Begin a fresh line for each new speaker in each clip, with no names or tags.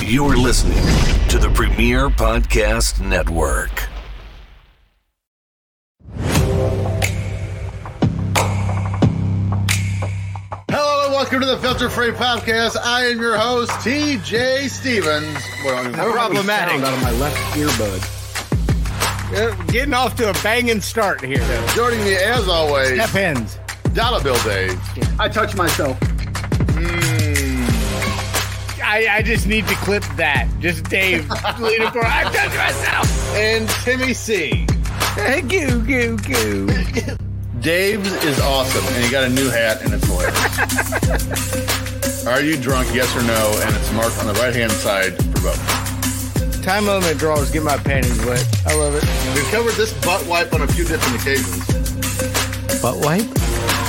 You're listening to the Premier Podcast Network.
Hello and welcome to the Filter Free Podcast. I am your host, TJ Stevens. Well, I'm
Problematic.
sound out of my left earbud.
Uh, Getting off to a banging start here.
Joining me as always,
That ends.
Dollar Bill Dave.
I touch myself.
I, I just need to clip that. Just Dave leaning forward. I touched myself.
And Timmy C.
Uh, Goo, goo, goo.
Dave's is awesome, and he got a new hat, and it's hilarious. Are you drunk? Yes or no? And it's marked on the right hand side for vote.
Time limit draws. Get my panties wet. I love it.
We've covered this butt wipe on a few different occasions.
Butt wipe?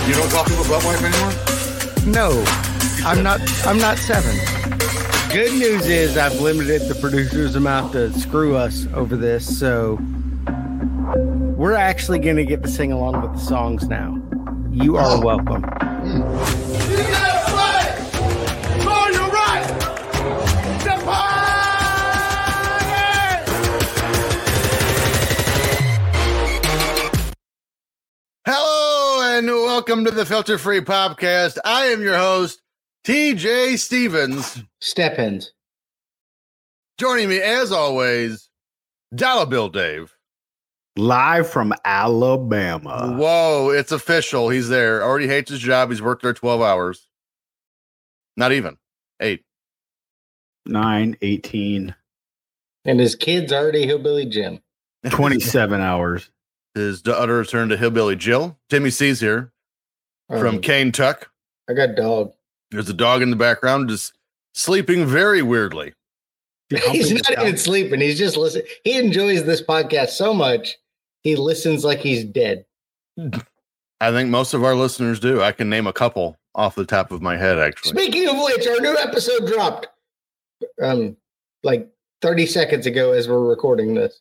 You don't call people butt wipe anymore?
No. I'm not. I'm not seven.
Good news is I've limited the producer's amount to screw us over this, so we're actually going to get to sing along with the songs now. You are welcome.
Hello and welcome to the Filter Free Podcast. I am your host, TJ Stevens.
Step ins.
Joining me as always, Dollar Bill Dave.
live from
Ah.
Alabama.
Whoa, it's official. He's there. Already hates his job. He's worked there 12 hours. Not even eight.
Nine, eighteen,
And his kid's already hillbilly Jim.
twenty-seven 9, 18, 27 hours.
His d- utter return to Hillbilly Jill. Timmy C's here from
Um,
Kane Tuck.
I got dog.
There's a dog in the background just sleeping very weirdly.
He's not even sleeping. He's just listening. He enjoys this podcast so much. He listens like he's dead.
I think most of our listeners do. I can name a couple off the top of my head, actually.
Speaking of which, our new episode dropped um like 30 seconds ago as we're recording this.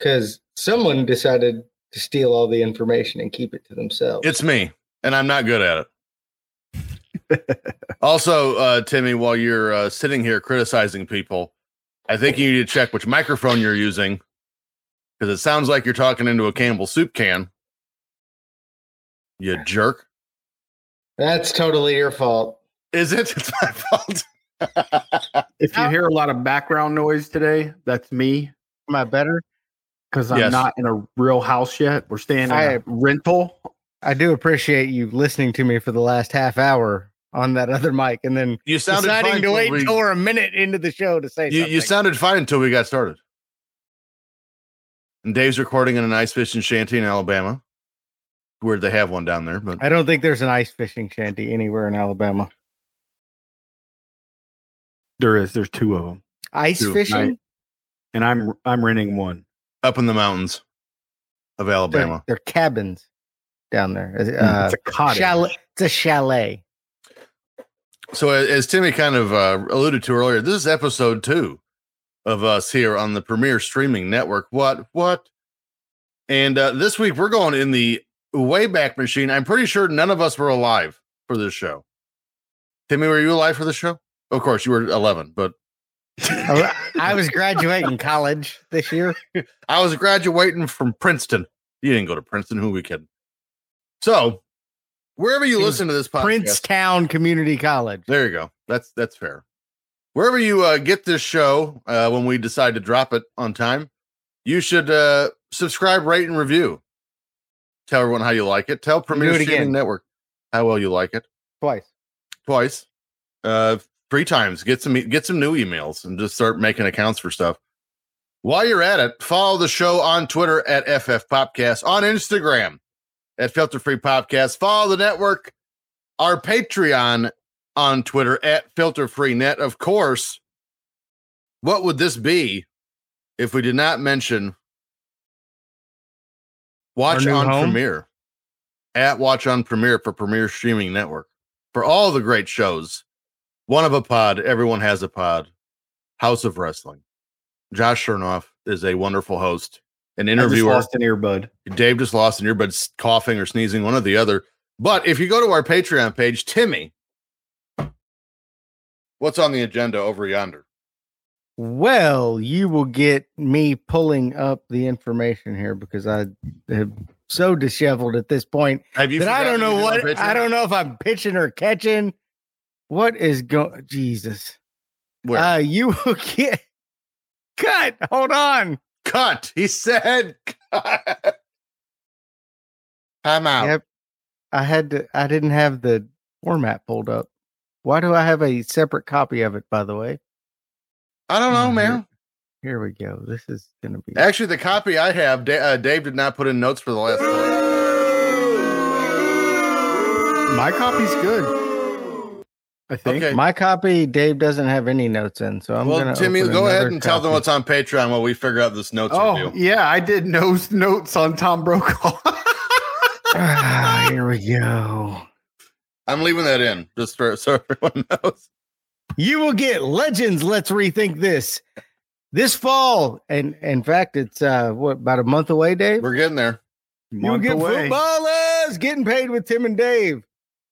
Cuz someone decided to steal all the information and keep it to themselves.
It's me, and I'm not good at it. also, uh, Timmy, while you're uh, sitting here criticizing people, I think you need to check which microphone you're using because it sounds like you're talking into a Campbell soup can. You jerk.
That's totally your fault.
Is it? It's my fault.
If you hear a lot of background noise today, that's me
Am I better?
because I'm
Yes.
not in a real house yet. We're staying in a
I-
rental.
I do appreciate you listening to me for the last half hour on that other mic and then
You sounded fine.
deciding to
till
wait
we-
till we're a minute into the show to say
you,
something.
you sounded fine until we got started. And Dave's recording in an ice fishing shanty in Alabama. Weird they have one down there, but
I don't think there's an ice fishing shanty anywhere in Alabama.
There is. There's two of them,
Ice
Dude,
fishing?
right. and I'm I'm renting one.
up in the mountains of
They're-
Alabama.
They're, cabins down there. Uh,
Hmm, it's a cottage.
chalet. It's a chalet.
So, a- as Timmy kind of uh, alluded to earlier, this is episode two of us here on the Premier Streaming Network. What? What? And uh, this week we're going in the Wayback Machine. I'm pretty sure none of us were alive for this show. Timmy, were you alive for the show? Of course, you were 11, but
I Oh, I was graduating college this year.
I was graduating from Princeton. You didn't go to Princeton. Who are we kidding? So, wherever you
It was
listen to this podcast,
Princetown Community College.
There you go. That's that's fair. Wherever you uh, get this show, uh, when we decide to drop it on time, you should uh, subscribe, rate, and review. Tell everyone how you like it. Tell Premier
it
Streaming
again.
Network how well you like it
Twice.
twice, uh, three times. Get some e, get some new emails and just start making accounts for stuff. While you're at it, follow the show on Twitter at FF Popcast, on Instagram at Filter Free Popcast. Follow the network, our Patreon on Twitter at Filter Free Net. Of course, what would this be if we did not mention Watch
Our new
on
home?
Premiere at Watch on Premiere for Premiere Streaming Network for all the great shows. One of a pod, everyone has a pod. House of Wrestling. Josh Chernoff is a wonderful host, an
I just
interviewer.
lost an earbud.
Dave just lost an earbud s- coughing or sneezing, one or the other. But if you go to our Patreon page, Timmy, what's on the agenda over yonder?
Well, you will get me pulling up the information here because I am so disheveled at this point
Have you?
that I
forgotten
don't know
you
what
did a
I
picture?
don't know if I'm pitching or catching. What is going? Jesus,
Where?
uh, you will get cut. Hold on.
cut. He said, cut. "I'm out."
Yep. I had to. I didn't have the format pulled up. Why do I have a separate copy of it? By the way,
I don't know,
Mhm.
man.
here we go. This is gonna be.
Actually, the copy I have, Da- uh, Dave did not put in notes for the last one.
My copy's good. I think.
Okay.
My copy, Dave doesn't have any notes in, so I'm
well,
gonna.
Timmy,
open
go ahead
another
and tell them
copy.
what's on Patreon while we figure out this notes
Oh
review.
yeah, I did nose notes on Tom Brokaw.
Ah, here we go.
I'm leaving that in just for so everyone knows.
You will get legends. Let's rethink this this fall, and in fact, it's uh what about a month away, Dave?
We're getting there.
You'll
Month
get
away.
footballers getting paid with Tim and Dave.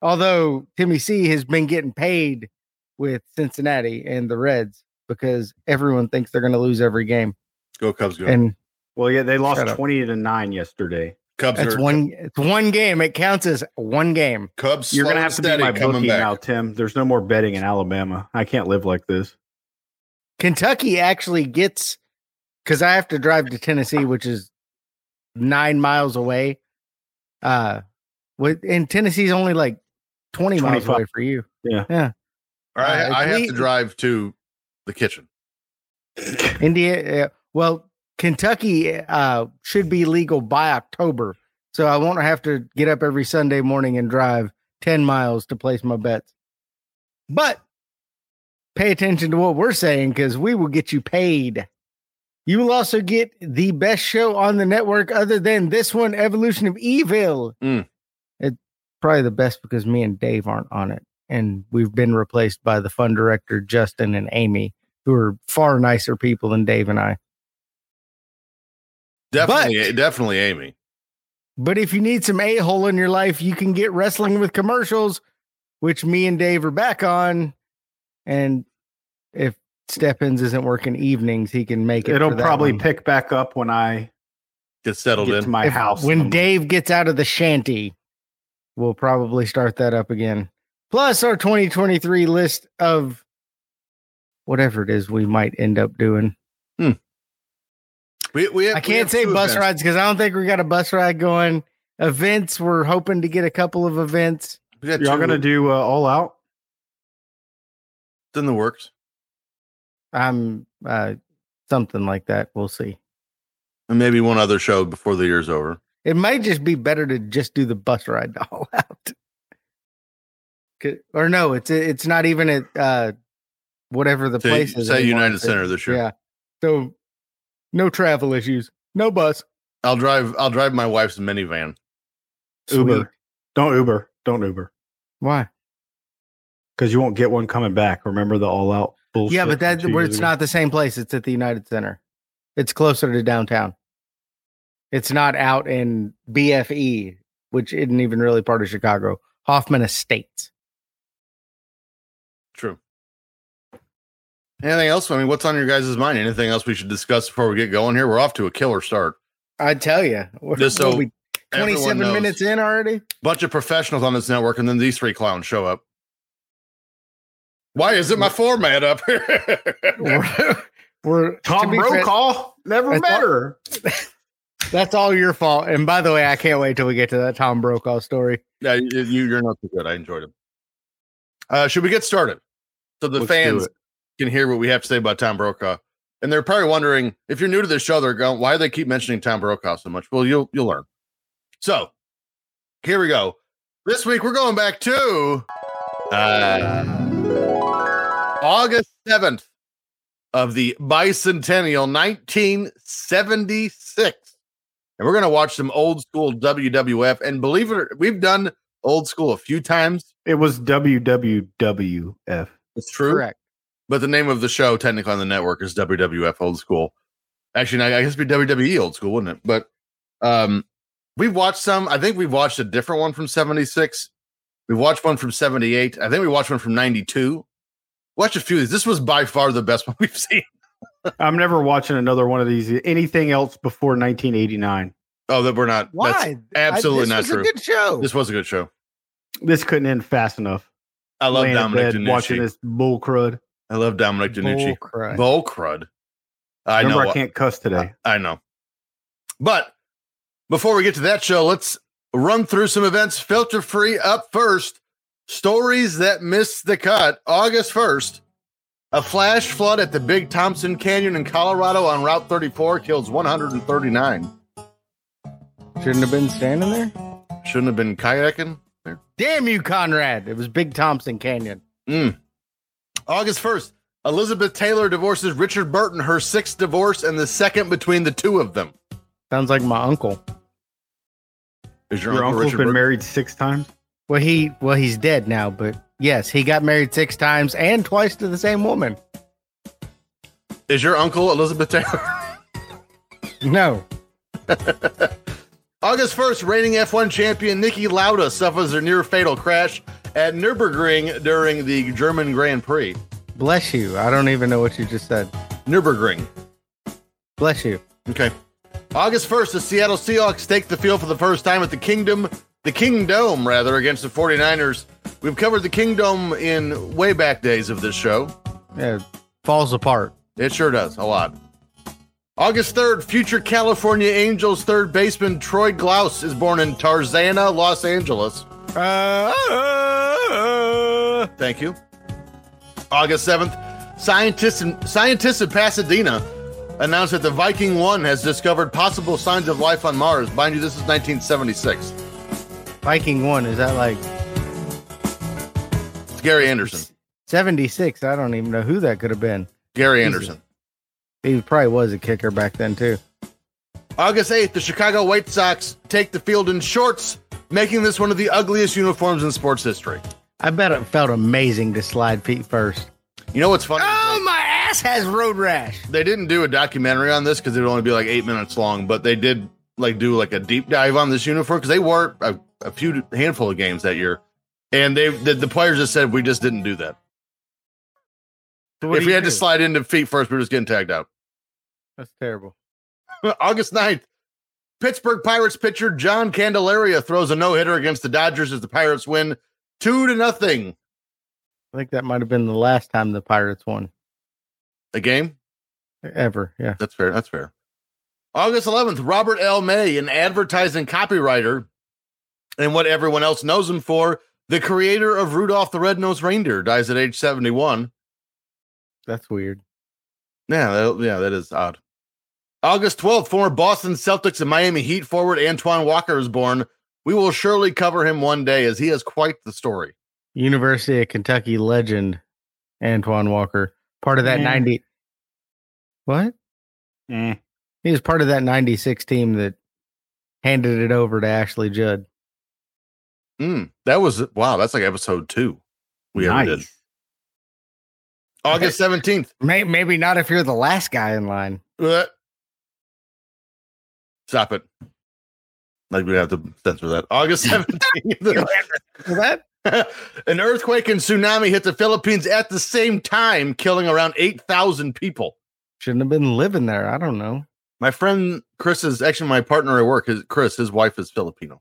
Although Timmy C has been getting paid with Cincinnati and the Reds because everyone thinks they're going to lose every game,
Go Cubs, go
and
Well, yeah, they lost
Shut up.
twenty to nine yesterday.
Cubs.
that's
are-
one. It's one game. It counts as one game.
Cubs.
You're
slow and
gonna have to be
steady
my
coming
bookie
back.
now, Tim. There's no more betting in Alabama. I can't live like this.
Kentucky actually gets because I have to drive to Tennessee, which is nine miles away. Uh, with and Tennessee's only like twenty miles
25.
away for you.
All right,
Uh,
I have
we-
to drive to the kitchen.
India, uh, well, Kentucky uh, should be legal by October, so I won't have to get up every Sunday morning and drive ten miles to place my bets. But pay attention to what we're saying because we will get you paid. You will also get the best show on the network, other than this one, Evolution of Evil.
Mm.
It's probably the best because me and Dave aren't on it, and we've been replaced by the fun director Justin and Amy who are far nicer people than Dave and I.
Definitely, definitely, Amy.
But if you need some a hole in your life, you can get wrestling with commercials, which me and Dave are back on. And if Steppins isn't working evenings, he can make it.
It'll
for that
probably
one.
pick back up when I
Get settled
get to
in.
my
If-
house.
when Dave gets out of the shanty. We'll probably start that up again. Plus, our 2023 list of whatever it is we might end up doing.
We, we have,
I
we
can't
have
say
two
bus
events.
rides because I don't think we got a bus ride going. Events, we're hoping to get a couple of events.
We got
y'all
two
gonna do uh, all out?
in the works.
I'm uh, something like that. We'll see.
And maybe one other show before the year's over.
It might just be better to just do the bus ride all out. 'Cause- Or no, it's it's not even at uh, whatever the
Say-
place is.
say
anymore.
United Center this year.
Yeah. So no travel issues, no bus.
I'll drive. I'll drive my wife's minivan.
Sweet.
Uber. Don't Uber. Don't Uber.
Why?
Because you won't get one coming back. Remember the all out bullshit.
yeah, but
from
that
two
where
years
it's
ago?
not the same place. It's at the United Center. It's closer to downtown. It's not out in BFE, which isn't even really part of Chicago. Hoffman Estates.
True. Anything else? I mean, what's on your guys' mind? Anything else we should discuss before we get going here? We're off to a killer start.
I tell you,
Just so Everyone
27
knows.
minutes in already.
Bunch of professionals on this network, and then these three clowns show up. Why isn't my format up here?
We're, we're- to
Tom
be fair,
Brokaw. Never
I
met
thought-
her.
that's all your fault. And by the way, I can't wait till we get to that Tom Brokaw story.
yeah, you, you- you're not too good. I enjoyed it. Uh, should we get started? So the
Let's do
fans
it.
can hear what we have to say about Tom Brokaw. And they're probably wondering if you're new to this show, they're going, why do they keep mentioning Tom Brokaw so much? Well, you'll you'll learn. So here we go. This week we're going back to uh, August 7th of the bicentennial 1976. And we're gonna watch some old school WWF. And believe it or we've done old school a few times.
It was WWWF.
It's true.
Correct.
But the name of the show, technically on the network, is WWF Old School. Actually, no, I guess it'd be WWE Old School, wouldn't it? But um, we've watched some. I think we've watched a different one from 76. We've watched one from 78. I think we watched one from 92. Watched a few of these. This was by far the best one we've seen.
I'm never watching another one of these. Anything else before 1989?
Oh, that we're not. That's
Why?
absolutely
I, this
not
was
true.
A good show.
this was a good show.
This couldn't end fast enough.
I love
Laying in
Dominic
bed watching
Danucci.
this bull crud.
I love Dominic Danucci.
Bull crud.
Bull crud. I
Remember,
know.
I can't cuss today.
I know. But before we get to that show, let's run through some events. Filter free up first. Stories that missed the cut. August 1st, a flash flood at the Big Thompson Canyon in Colorado on Route 34 kills 139.
Shouldn't have been standing there.
Shouldn't have been kayaking.
Damn you, Conrad. It was Big Thompson Canyon.
August 1st, Elizabeth Taylor divorces Richard Burton, her sixth divorce and the second between the two of them.
Sounds like my uncle.
Is your,
Your
uncle
uncle's
Richard
been
Burton?
married six times.
Well, he well he's dead now, but yes, he got married six times and twice to the same woman.
Is your uncle Elizabeth Taylor?
No,
August 1st, reigning F1 champion Nikki Lauda suffers a near fatal crash at Nürburgring during the German Grand Prix.
bless you. I don't even know what you just said.
Nürburgring.
Bless you.
Okay. August 1st, the Seattle Seahawks take the field for the first time at the Kingdom, the Kingdom, rather, against the 49ers. We've covered the Kingdom in way back days of this show.
Yeah, falls apart.
It sure does, a lot. August 3rd, future California Angels third baseman Troy Glaus is born in Tarzana, Los Angeles. Thank you. August 7th, scientists in, scientists in Pasadena announced that the Viking 1 has discovered possible signs of life on Mars. Mind you, this is 1976.
Viking one is that like
It's Gary Anderson.
seventy six? I don't even know who that could have been.
Gary Anderson.
He probably was a kicker back then too.
August 8th, the Chicago White Sox take the field in shorts, making this one of the ugliest uniforms in sports history.
I bet it felt amazing to slide feet first.
You know what's funny?
Oh, my ass has road rash.
they didn't do a documentary on this because it would only be like eight minutes long, but they did like do like a deep dive on this uniform because they wore it a, a few handful of games that year, and they the, the players just said we just didn't do that.
So what
if
do
we
you
had to
do?
slide into feet first, we we're just getting tagged out.
that's terrible.
August 9th, Pittsburgh Pirates pitcher John Candelaria throws a no hitter against the Dodgers as the Pirates win two to nothing
I think that might have been the last time the Pirates won
a game.
ever. Yeah.
That's fair. That's fair. August 11th, Robert L. May, an advertising copywriter, and what everyone else knows him for, the creator of Rudolph the Red-Nosed Reindeer, dies at age 71.
That's weird.
Yeah, that, yeah, that is odd. August 12th, former Boston Celtics and Miami Heat forward Antoine Walker is born. We will surely cover him one day as he has quite the story.
University of Kentucky legend Antoine Walker, part of that
Man.
90. What?
Eh.
He was part of that 96 team that handed it over to Ashley Judd.
Mm, that was, wow, that's like episode two we ever did.
Nice.
August 17th,
May- maybe not if you're the last guy in line.
Blech. Stop it. Like we have to censor that. August 17th.
That
An earthquake and tsunami hit the Philippines at the same time, killing around 8,000 people.
shouldn't have been living there. I don't know.
My friend Chris is actually my partner at work. Is Chris, his wife is Filipino.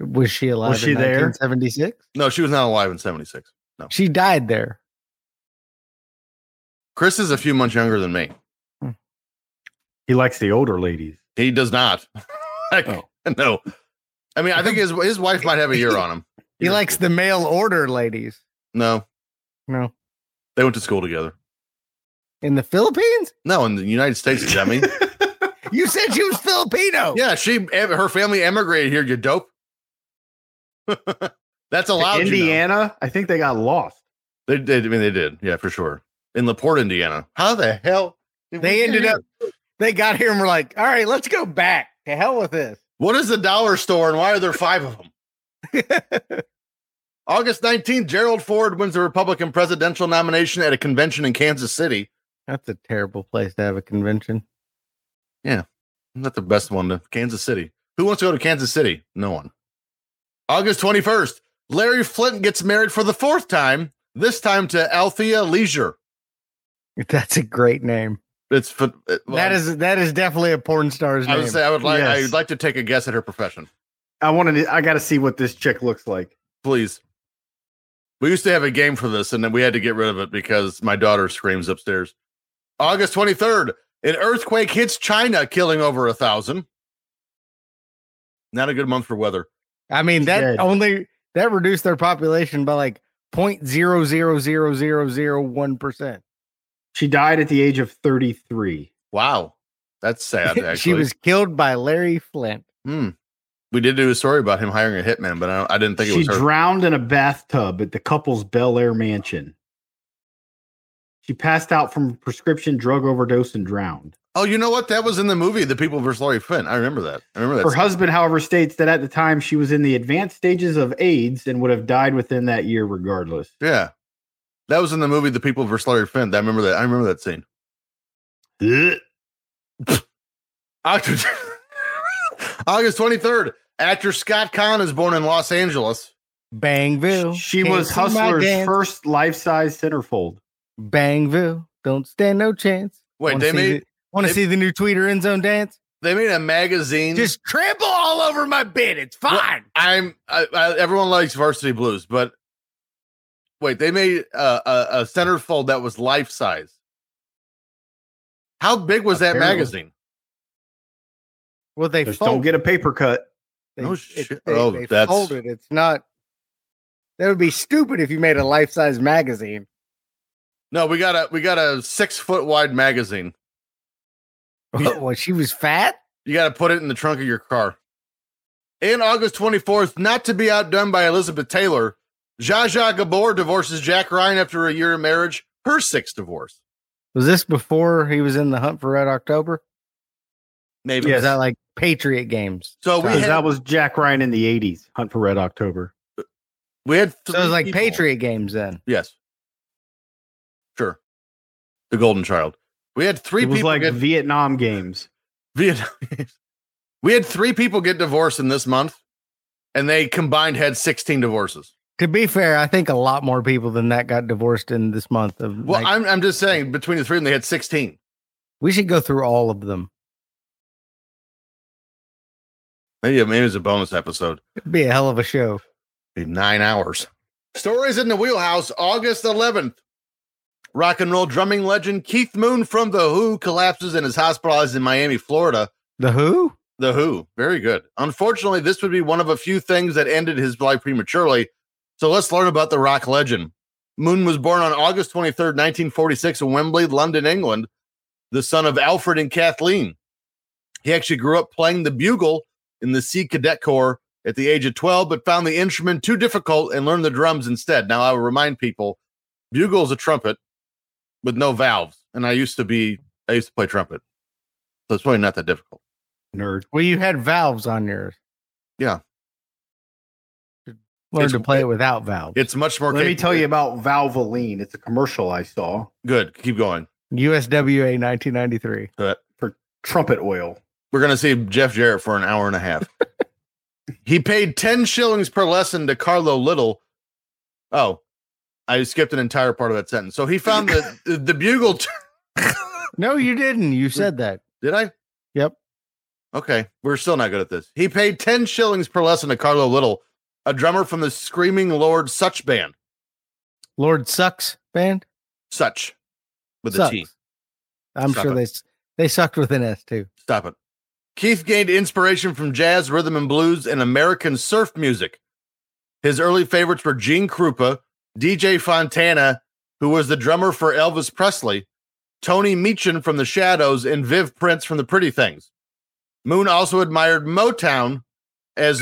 Was she alive?
Was she
in
there?
1976?
No, she was not alive in 76.
She died there.
Chris is a few months younger than me.
He likes the older ladies.
He does not. Heck, No. I mean, I think his his wife might have a year on him.
He likes the mail order ladies.
No,
No.
they went to school together.
In the Philippines?
No, in the United States, Jimmy.
You said she was Filipino.
Yeah, she em- her family emigrated here. You dope. That's
To
allowed. You know.
Indiana, I think they got lost.
They did. I mean, they did. Yeah, for sure. In Laporte, Indiana. How the hell did we
They
get
ended
here?
up, they got here and were like, all right, let's go back. To hell with this.
What is the dollar store, and why are there five of them? August nineteenth, Gerald Ford wins the Republican presidential nomination at a convention in Kansas City.
That's a terrible place to have a convention.
Not the best one to Kansas City. Who wants to go to Kansas City? No one. August 21st, Larry Flint gets married for the fourth time, this time to Althea Leisure.
That's a great name.
It's ph- it- well,
that is that is definitely a porn star's
I
name.
would say I would like I
Yes.
would like to take a guess at her profession,
I wanted. To, I got to see what this chick looks like.
please. We used to have a game for this, and then we had to get rid of it because my daughter screams upstairs. August twenty third, an earthquake hits China, killing over a thousand. Not a good month for weather.
I mean that
Dead.
only that reduced their population by like point zero zero zero zero zero one percent.
She died at the age of 33.
Wow, that's sad. Actually,
She was killed by Larry Flint.
Hmm. We did do a story about him hiring a hitman, but I, don't, I didn't think it
She
was her.
drowned in a bathtub at the couple's Bel Air mansion. She passed out from prescription drug overdose and drowned.
oh, you know what? That was in the movie, The People vs. Larry Flint. I remember that. I remember that.
Her husband, however, states that at the time she was in the advanced stages of AIDS and would have died within that year regardless.
Yeah. That was in the movie The People vs. Larry Finn. I remember that. I remember that scene.
Ugh.
August August 23rd, actor Scott Kahn is born in Los Angeles.
Bangville.
She
Can't
was
see my
Hustler's
dance.
first life size centerfold.
Bangville. Don't stand no chance.
Wait,
Wanna
they
see
made
the- wanna
they-
see the new tweeter end zone dance?
they made a magazine.
Just trample all over my bed. It's fine.
I'm I, I, everyone likes Varsity Blues, but wait, they made a, a, a centerfold that was life size. How big was that
Apparently.
magazine?
Well, they
Just
fold.
don't get a paper cut.
They,
No
it-
shit.
they-
Oh,
they
that's-
folded. It's not. That would be stupid if you made a life size magazine.
No, we got a we got a six foot wide magazine. Yeah.
Oh, well, she was fat.
You got to put it in the trunk of your car. In August 24th, not to be outdone by Elizabeth Taylor, Zsa Zsa Gabor divorces Jack Ryan after a year of marriage, her sixth divorce.
Was this before he was in the hunt for Red October?
Maybe.
Or Was that like Patriot games?
So we
'Cause
had,
that was Jack Ryan in the 80s, Hunt for Red October.
we had
So it was
three
like
people.
Patriot games then.
Yes. Sure. The Golden Child. We had three
it was
people
like
get
Vietnam games.
Vietnam. we had three people get divorced in this month, and they combined had 16 divorces.
To be fair, I think a lot more people than that got divorced in this month. Of
Well,
like,
I'm I'm just saying between the three of them, they had 16.
we should go through all of them.
Maybe maybe it's a bonus episode.
It'd be a hell of a show.
Be nine hours. Stories in the Wheelhouse, August 11th. Rock and roll drumming legend Keith Moon from The Who collapses and is hospitalized in Miami, Florida.
The Who?
The Who, very good. Unfortunately, this would be one of a few things that ended his life prematurely. So let's learn about the rock legend. Moon was born on August 23rd, 1946, in Wembley, London, England, the son of Alfred and Kathleen. He actually grew up playing the bugle in the Sea Cadet Corps at the age of 12, but found the instrument too difficult and learned the drums instead. Now, I will remind people bugle is a trumpet with no valves. And I used to be, I used to play trumpet. So it's probably not that difficult.
Nerd.
Well, you had valves on yours.
Yeah.
Learn
It's-
to play it without valves.
It's much more.
Let me
capable.
tell you about Valvoline. It's a commercial I saw
Good. Keep going.
USWA 1993.
for trumpet oil.
We're gonna see Jeff Jarrett for an hour and a half. he paid ten shillings per lesson to Carlo Little. Oh, I skipped an entire part of that sentence. So he found the the, the bugle. t-
No, you didn't. You said that.
Did I?
Yep.
Okay, we're still not good at this. He paid ten shillings per lesson to Carlo Little, a drummer from the Screaming Lord Such band.
Lord Sucks band?
Such, with a
Sucks.
T.
I'm
Suck
sure
it.
they s- they sucked with an S too.
Stop it. Keith gained inspiration from jazz, rhythm and blues, and American surf music. His early favorites were Gene Krupa, DJ Fontana, who was the drummer for Elvis Presley, Tony Meechan from The Shadows, and Viv Prince from The Pretty Things. Moon also admired Motown as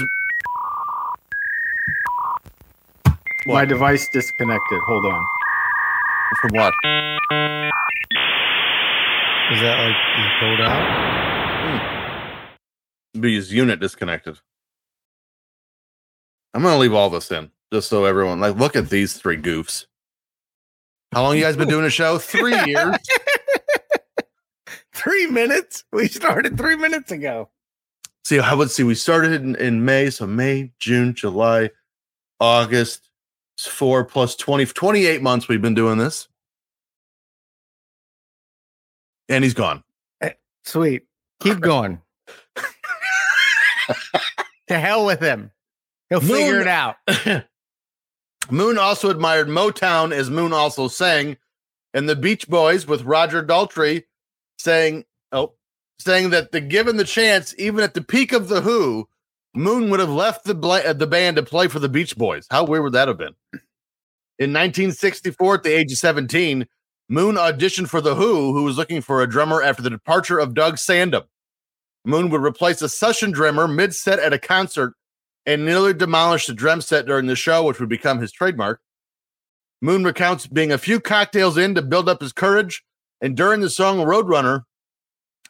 My device disconnected. Hold on.
from what?
Is that like you pulled out?
Hmm. Be his unit disconnected. I'm gonna leave all this in just so everyone like look at these three goofs. How long you guys been doing a show? Three years.
Three minutes. We started three minutes ago.
see i would see we started in, in may so may june july august it's four plus 20 28 months we've been doing this and he's gone.
Sweet. Keep going. to hell with him. He'll
No,
figure
no.
it out.
Moon also admired Motown as Moon also sang, and the Beach Boys with Roger Daltrey saying, "Oh, saying that the given the chance, even at the peak of the Who, Moon would have left the bla- uh, the band to play for the Beach Boys. How weird would that have been?" In 1964, at the age of 17, Moon auditioned for the Who, who was looking for a drummer after the departure of Doug Sandem. Moon would replace a session drummer mid-set at a concert and nearly demolished the drum set during the show, which would become his trademark. Moon recounts being a few cocktails in to build up his courage, and during the song Roadrunner,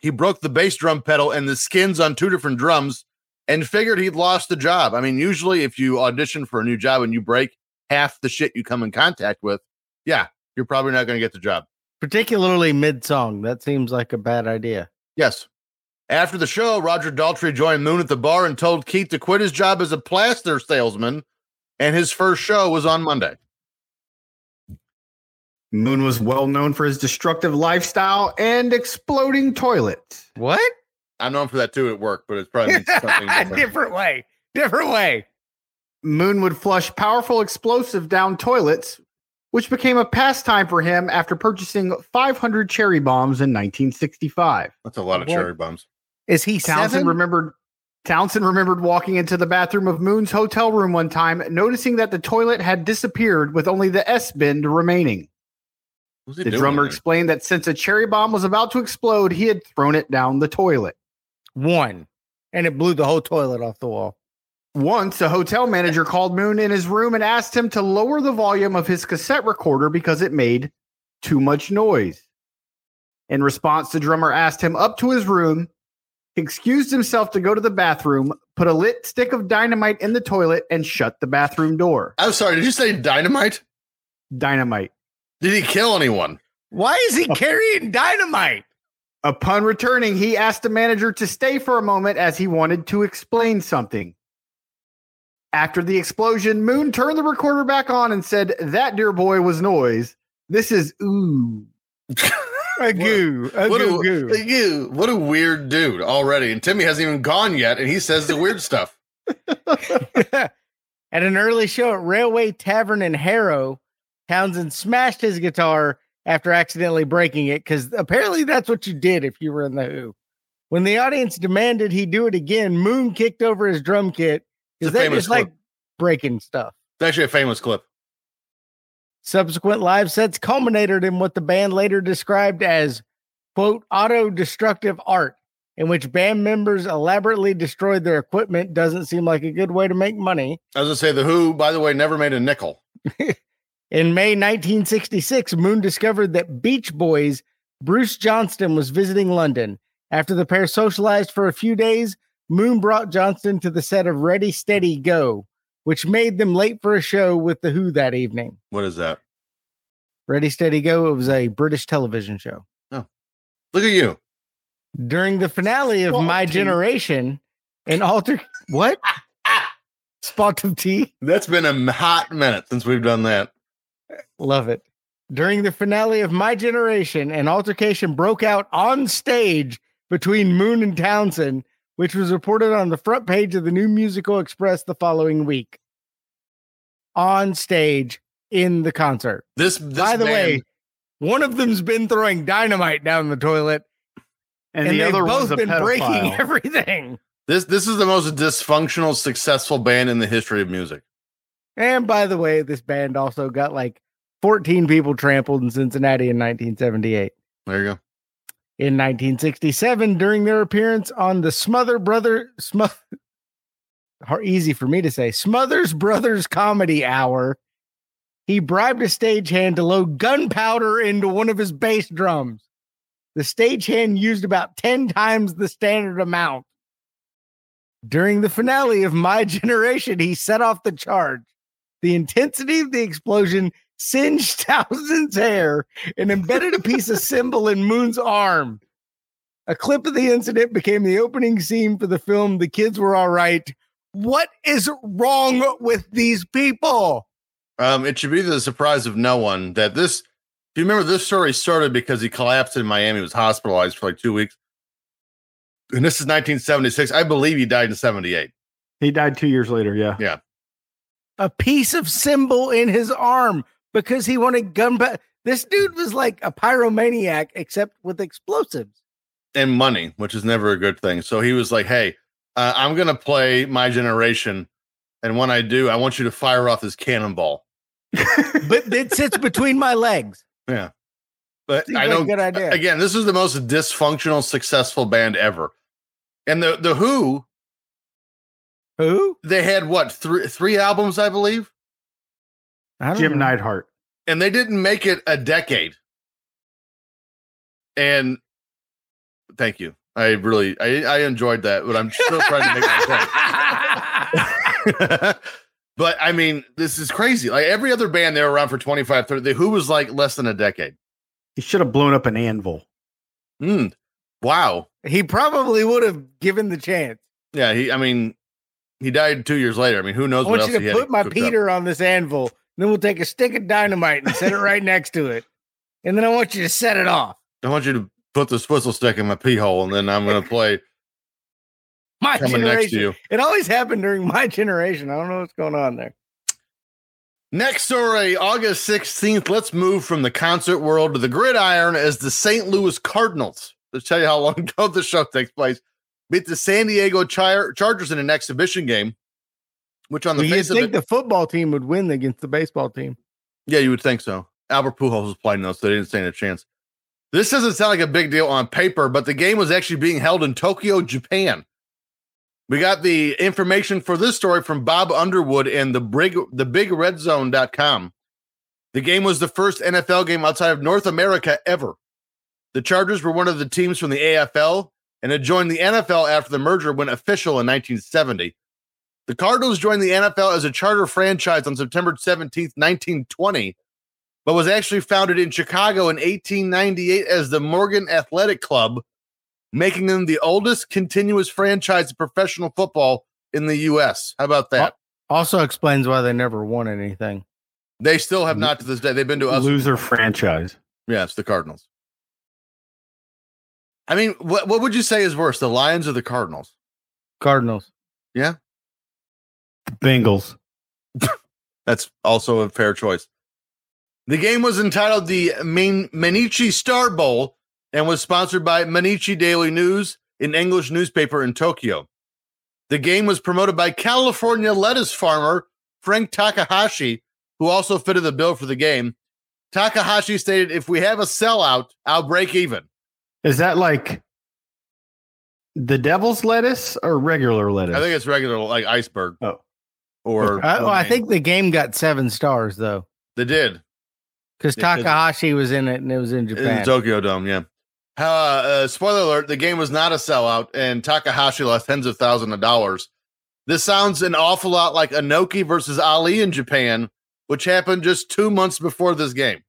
he broke the bass drum pedal and the skins on two different drums and figured he'd lost the job. I mean, usually if you audition for a new job and you break half the shit you come in contact with, yeah, you're probably not going to get the job.
Particularly mid song. That seems like a bad idea.
Yes. After the show, Roger Daltrey joined Moon at the bar and told Keith to quit his job as a plaster salesman, and his first show was on Monday.
Moon was well known for his destructive lifestyle and exploding toilets.
What?
I'm known for that too at work, but it's probably means something different.
different way. Different way.
Moon would flush powerful explosive down toilets, which became a pastime for him after purchasing 500 cherry bombs in 1965.
That's a lot of cherry bombs.
Is he
Townsend
seven?
remembered Townsend remembered walking into the bathroom of Moon's hotel room one time, noticing that the toilet had disappeared with only the S bend remaining.
What's he
The
doing
drummer
in there?
explained that since a cherry bomb was about to explode, he had thrown it down the toilet.
One. And it blew the whole toilet off the wall.
Once a hotel manager called Moon in his room and asked him to lower the volume of his cassette recorder because it made too much noise. In response, the drummer asked him up to his room, excused himself to go to the bathroom, put a lit stick of dynamite in the toilet, and shut the bathroom door.
I'm sorry, did you say dynamite?
Dynamite.
Did he kill anyone?
Why is
Oh.
he carrying dynamite?
Upon returning, he asked the manager to stay for a moment as he wanted to explain something. After the explosion, Moon turned the recorder back on and said, That dear boy was noise. This is ooh.
A goo. A
what,
goo
a,
goo.
you- what a weird dude already. And Timmy hasn't even gone yet, and he says the weird stuff.
At an early show at Railway Tavern in Harrow, Townsend smashed his guitar after accidentally breaking it because apparently that's what you did if you were in the Who. When the audience demanded he do it again, Moon kicked over his drum kit
It's a
because they
famous
just like breaking stuff.
It's actually a famous clip.
Subsequent live sets culminated in what the band later described as quote auto destructive art, in which band members elaborately destroyed their equipment. Doesn't seem like a good way to make money.
I was gonna say the Who, by the way, never made a nickel.
In May 1966, Moon discovered that Beach Boys Bruce Johnston was visiting London. After the pair socialized for a few days, Moon brought Johnston to the set of Ready Steady Go, which made them late for a show with The Who that evening.
What is that?
Ready Steady Go it was a British television show.
Look at you.
During the finale of
Spot of
My
tea.
Generation, an alter what? Spot of tea?
That's been a m- hot minute since we've done that.
Love it. During the finale of My Generation, an altercation broke out on stage between Moon and Townsend, which was reported on the front page of the New Musical Express the following week. On stage in the concert.
This, this
By the
band-
way, one of them's been throwing dynamite down the toilet, and,
And, the
they've
other
both
one's a
been breaking
pedophile.
everything.
this this is the most dysfunctional, successful band in the history of music.
And by the way, this band also got like 14 people trampled in Cincinnati in 1978.
There you go.
In 1967, during their appearance on the Smother Brother Smoth, hard, easy for me to say Smothers Brothers Comedy Hour, he bribed a stagehand to load gunpowder into one of his bass drums. The stagehand used about 10 times the standard amount. During the finale of My Generation, he set off the charge. The intensity of the explosion singed Townsend's hair and embedded a piece of symbol in Moon's arm. A clip of the incident became the opening scene for the film The Kids Were All Right. What is wrong with these people?
Um, it should be to the surprise of no one that this you remember this story started because he collapsed in Miami, was hospitalized for like two weeks. And this is 1976. I believe he died in 78.
He died two years later. Yeah.
a piece of symbol in his arm because he wanted gunpowder. This dude was like a pyromaniac, except with explosives.
and money, which is never a good thing. So he was like, "Hey, uh, I'm gonna play my generation, and when I do, I want you to fire off this cannonball."
But it sits between my legs.
But
Seems
I
like a
don't.
good idea.
Again, this is the most dysfunctional, successful band ever. And the the Who,
Who?
they had what three three albums, I believe,
I don't
Jim
know.
Neidhart.
and they didn't make it a decade. And thank you. I really I, I enjoyed that, but I'm still trying to make my point. but I mean, this is crazy. Like every other band, they were around for 25, 30. The Who was like less than a decade.
He should have blown up an anvil.
Hmm. Wow.
He probably would have given the chance.
Yeah. He, I mean, he died two years later. I mean, who knows what
I want
else
you
he
to
had
put my
cooked up.
Peter on this anvil, and then we'll take a stick of dynamite and set it right next to it. And then I want you to set it off.
I want you to put the swizzle stick in my pee hole, and then I'm going to play
My
coming
generation.
next to you.
It always happened during my generation. I don't know what's going on there.
Next story, August 16th. Let's move from the concert world to the gridiron as the St. Louis Cardinals, to tell you how long ago the show takes place, beat the San Diego Char- Chargers in an exhibition game, which on the
You'd
face of it,
think the football team would win against the baseball team.
Yeah, you would think so. Albert Pujols was playing though, so they didn't stand a chance. This doesn't sound like a big deal on paper, but the game was actually being held in Tokyo, Japan. We got the information for this story from Bob Underwood and the big the bigredzone.com. The game was the first NFL game outside of North America ever. The Chargers were one of the teams from the AFL and had joined the NFL after the merger went official in 1970. The Cardinals joined the NFL as a charter franchise on September 17th, 1920, but was actually founded in Chicago in 1898 as the Morgan Athletic Club, making them the oldest continuous franchise of professional football in the U.S. How about that?
Also explains why they never won anything.
They still have not to this day. They've been to us.
Loser franchise.
Yeah, it's the Cardinals. I mean, what what would you say is worse, the Lions or the Cardinals?
Cardinals.
Bengals.
That's also a fair choice. The game was entitled the Min- Manichi Star Bowl and was sponsored by Manichi Daily News, an English newspaper in Tokyo. The game was promoted by California lettuce farmer Frank Takahashi, who also fitted the bill for the game. Takahashi stated, If we have a sellout, I'll break even.
Is that like the devil's lettuce or regular lettuce?
I think it's regular, like iceberg.
Oh.
Or
I, well, I think the game got seven stars though,
they did.
because
It didn't.
Takahashi was in it and it was in
in the
Japan.
Tokyo Dome. Yeah. Uh, uh, spoiler alert: the game was not a sellout, and Takahashi lost tens of thousands of dollars. This sounds an awful lot like Anoki versus Ali in Japan, which happened just two months before this game.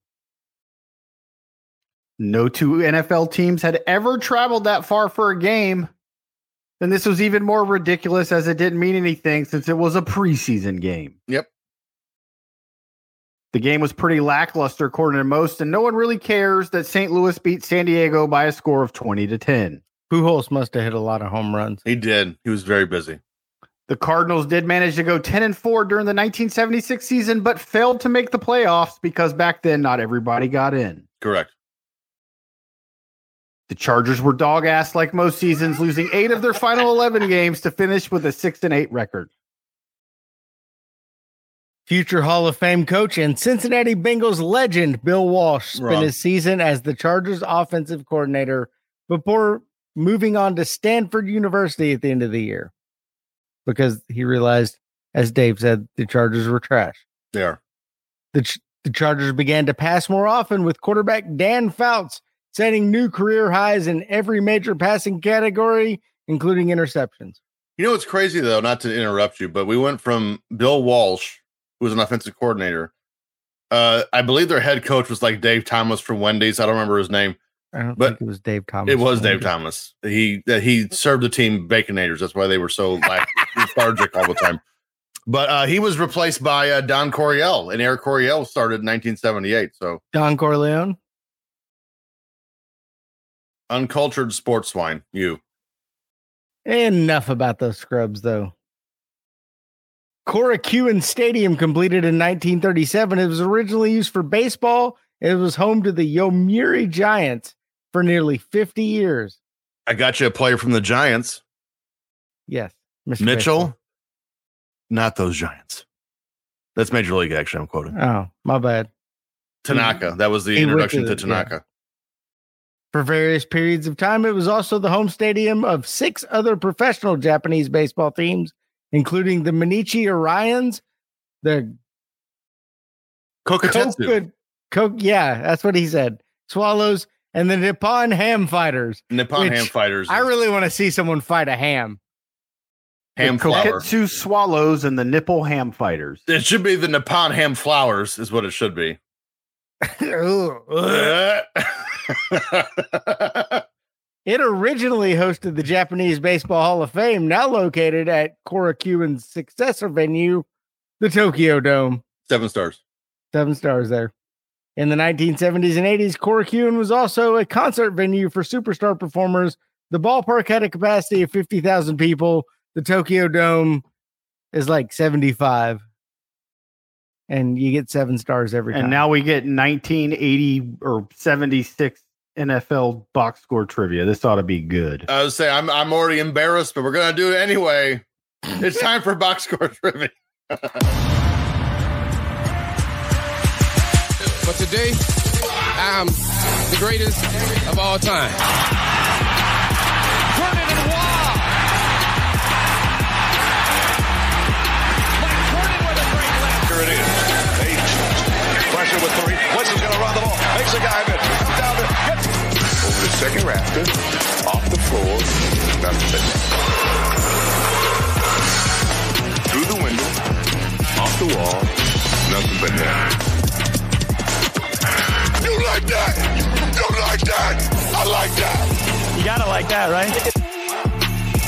no two NFL teams had ever traveled that far for a game. And this was even more ridiculous as it didn't mean anything since it was a preseason game.
Yep.
The game was pretty lackluster according to most, and no one really cares that St. Louis beat San Diego by a score of 20 to 10.
Pujols must have hit a lot of home runs.
He did. He was very busy.
The Cardinals did manage to go 10 and 4 during the 1976 season, but failed to make the playoffs because back then not everybody got in.
Correct.
The Chargers were dog ass like most seasons, losing eight of their final 11 games to finish with a 6 and 8 record.
Future Hall of Fame coach and Cincinnati Bengals legend Bill Walsh spent
Wrong.
his season as the Chargers offensive coordinator before moving on to Stanford University at the end of the year because he realized, as Dave said, the Chargers were trash.
They are.
The, Ch- the Chargers began to pass more often with quarterback Dan Fouts setting new career highs in every major passing category, including interceptions.
You know what's crazy though? Not to interrupt you, but we went from Bill Walsh, who was an offensive coordinator. Uh, I believe their head coach was like Dave Thomas from Wendy's. I don't remember his name.
I don't
But
think it was Dave Thomas.
It was Dave Thomas. uh, He that he served the team baconators. That's why they were so like, lethargic all the time. But uh, he was replaced by uh, Don Coryell, and Eric Coryell started in 1978. So
Don Corleone.
uncultured sports swine, you.
Enough about those scrubs, though. Coracuan Stadium completed in 1937. It was originally used for baseball. It was home to the Yomiuri Giants for nearly 50 years.
I got you a player from the Giants,
Yes, Mr.
Mitchell. Not those Giants. That's Major League Action. I'm quoting
Baseball. Oh, my bad.
Tanaka. That was the
He went
introduction to
to the-
Tanaka.
For various periods of time, it was also the home stadium of six other professional Japanese baseball teams, including the Minichi Orions, the
Kokotetsu.
Coke, Coke, yeah, that's what he said. Swallows and the Nippon Ham Fighters.
Nippon
Which
Ham Fighters.
I
is
really want to see someone fight a ham.
ham
the
flour.
Koketsu Swallows and the Nipple Ham Fighters.
It should be the Nippon Ham Flowers, is what it should be.
it
That's
originally hosted the Japanese Baseball Hall of Fame, now located at Korakuen's successor venue, the Tokyo Dome.
Seven stars.
Seven stars there. In the 1970s and 80s, Korakuen was also a concert venue for superstar performers. The ballpark had a capacity of 50,000 people. The Tokyo Dome is like 75. And you get seven stars every time.
And now we get 1980 or 76 NFL box score trivia. This ought to be good.
I was saying I'm I'm already embarrassed, but we're gonna do it anyway. It's time for box score trivia.
But today, I'm the greatest of all time. Vernon and Wild. Mike Vernon with a great left.
Here it is. Eight. Pressure with three. Wentz is going to run the ball. Makes a guy miss. Down to gets over the second rafter, off the floor, nothing but net. Through the window, off the wall, nothing but net. You like that? You like that? I like that.
you gotta like that, right?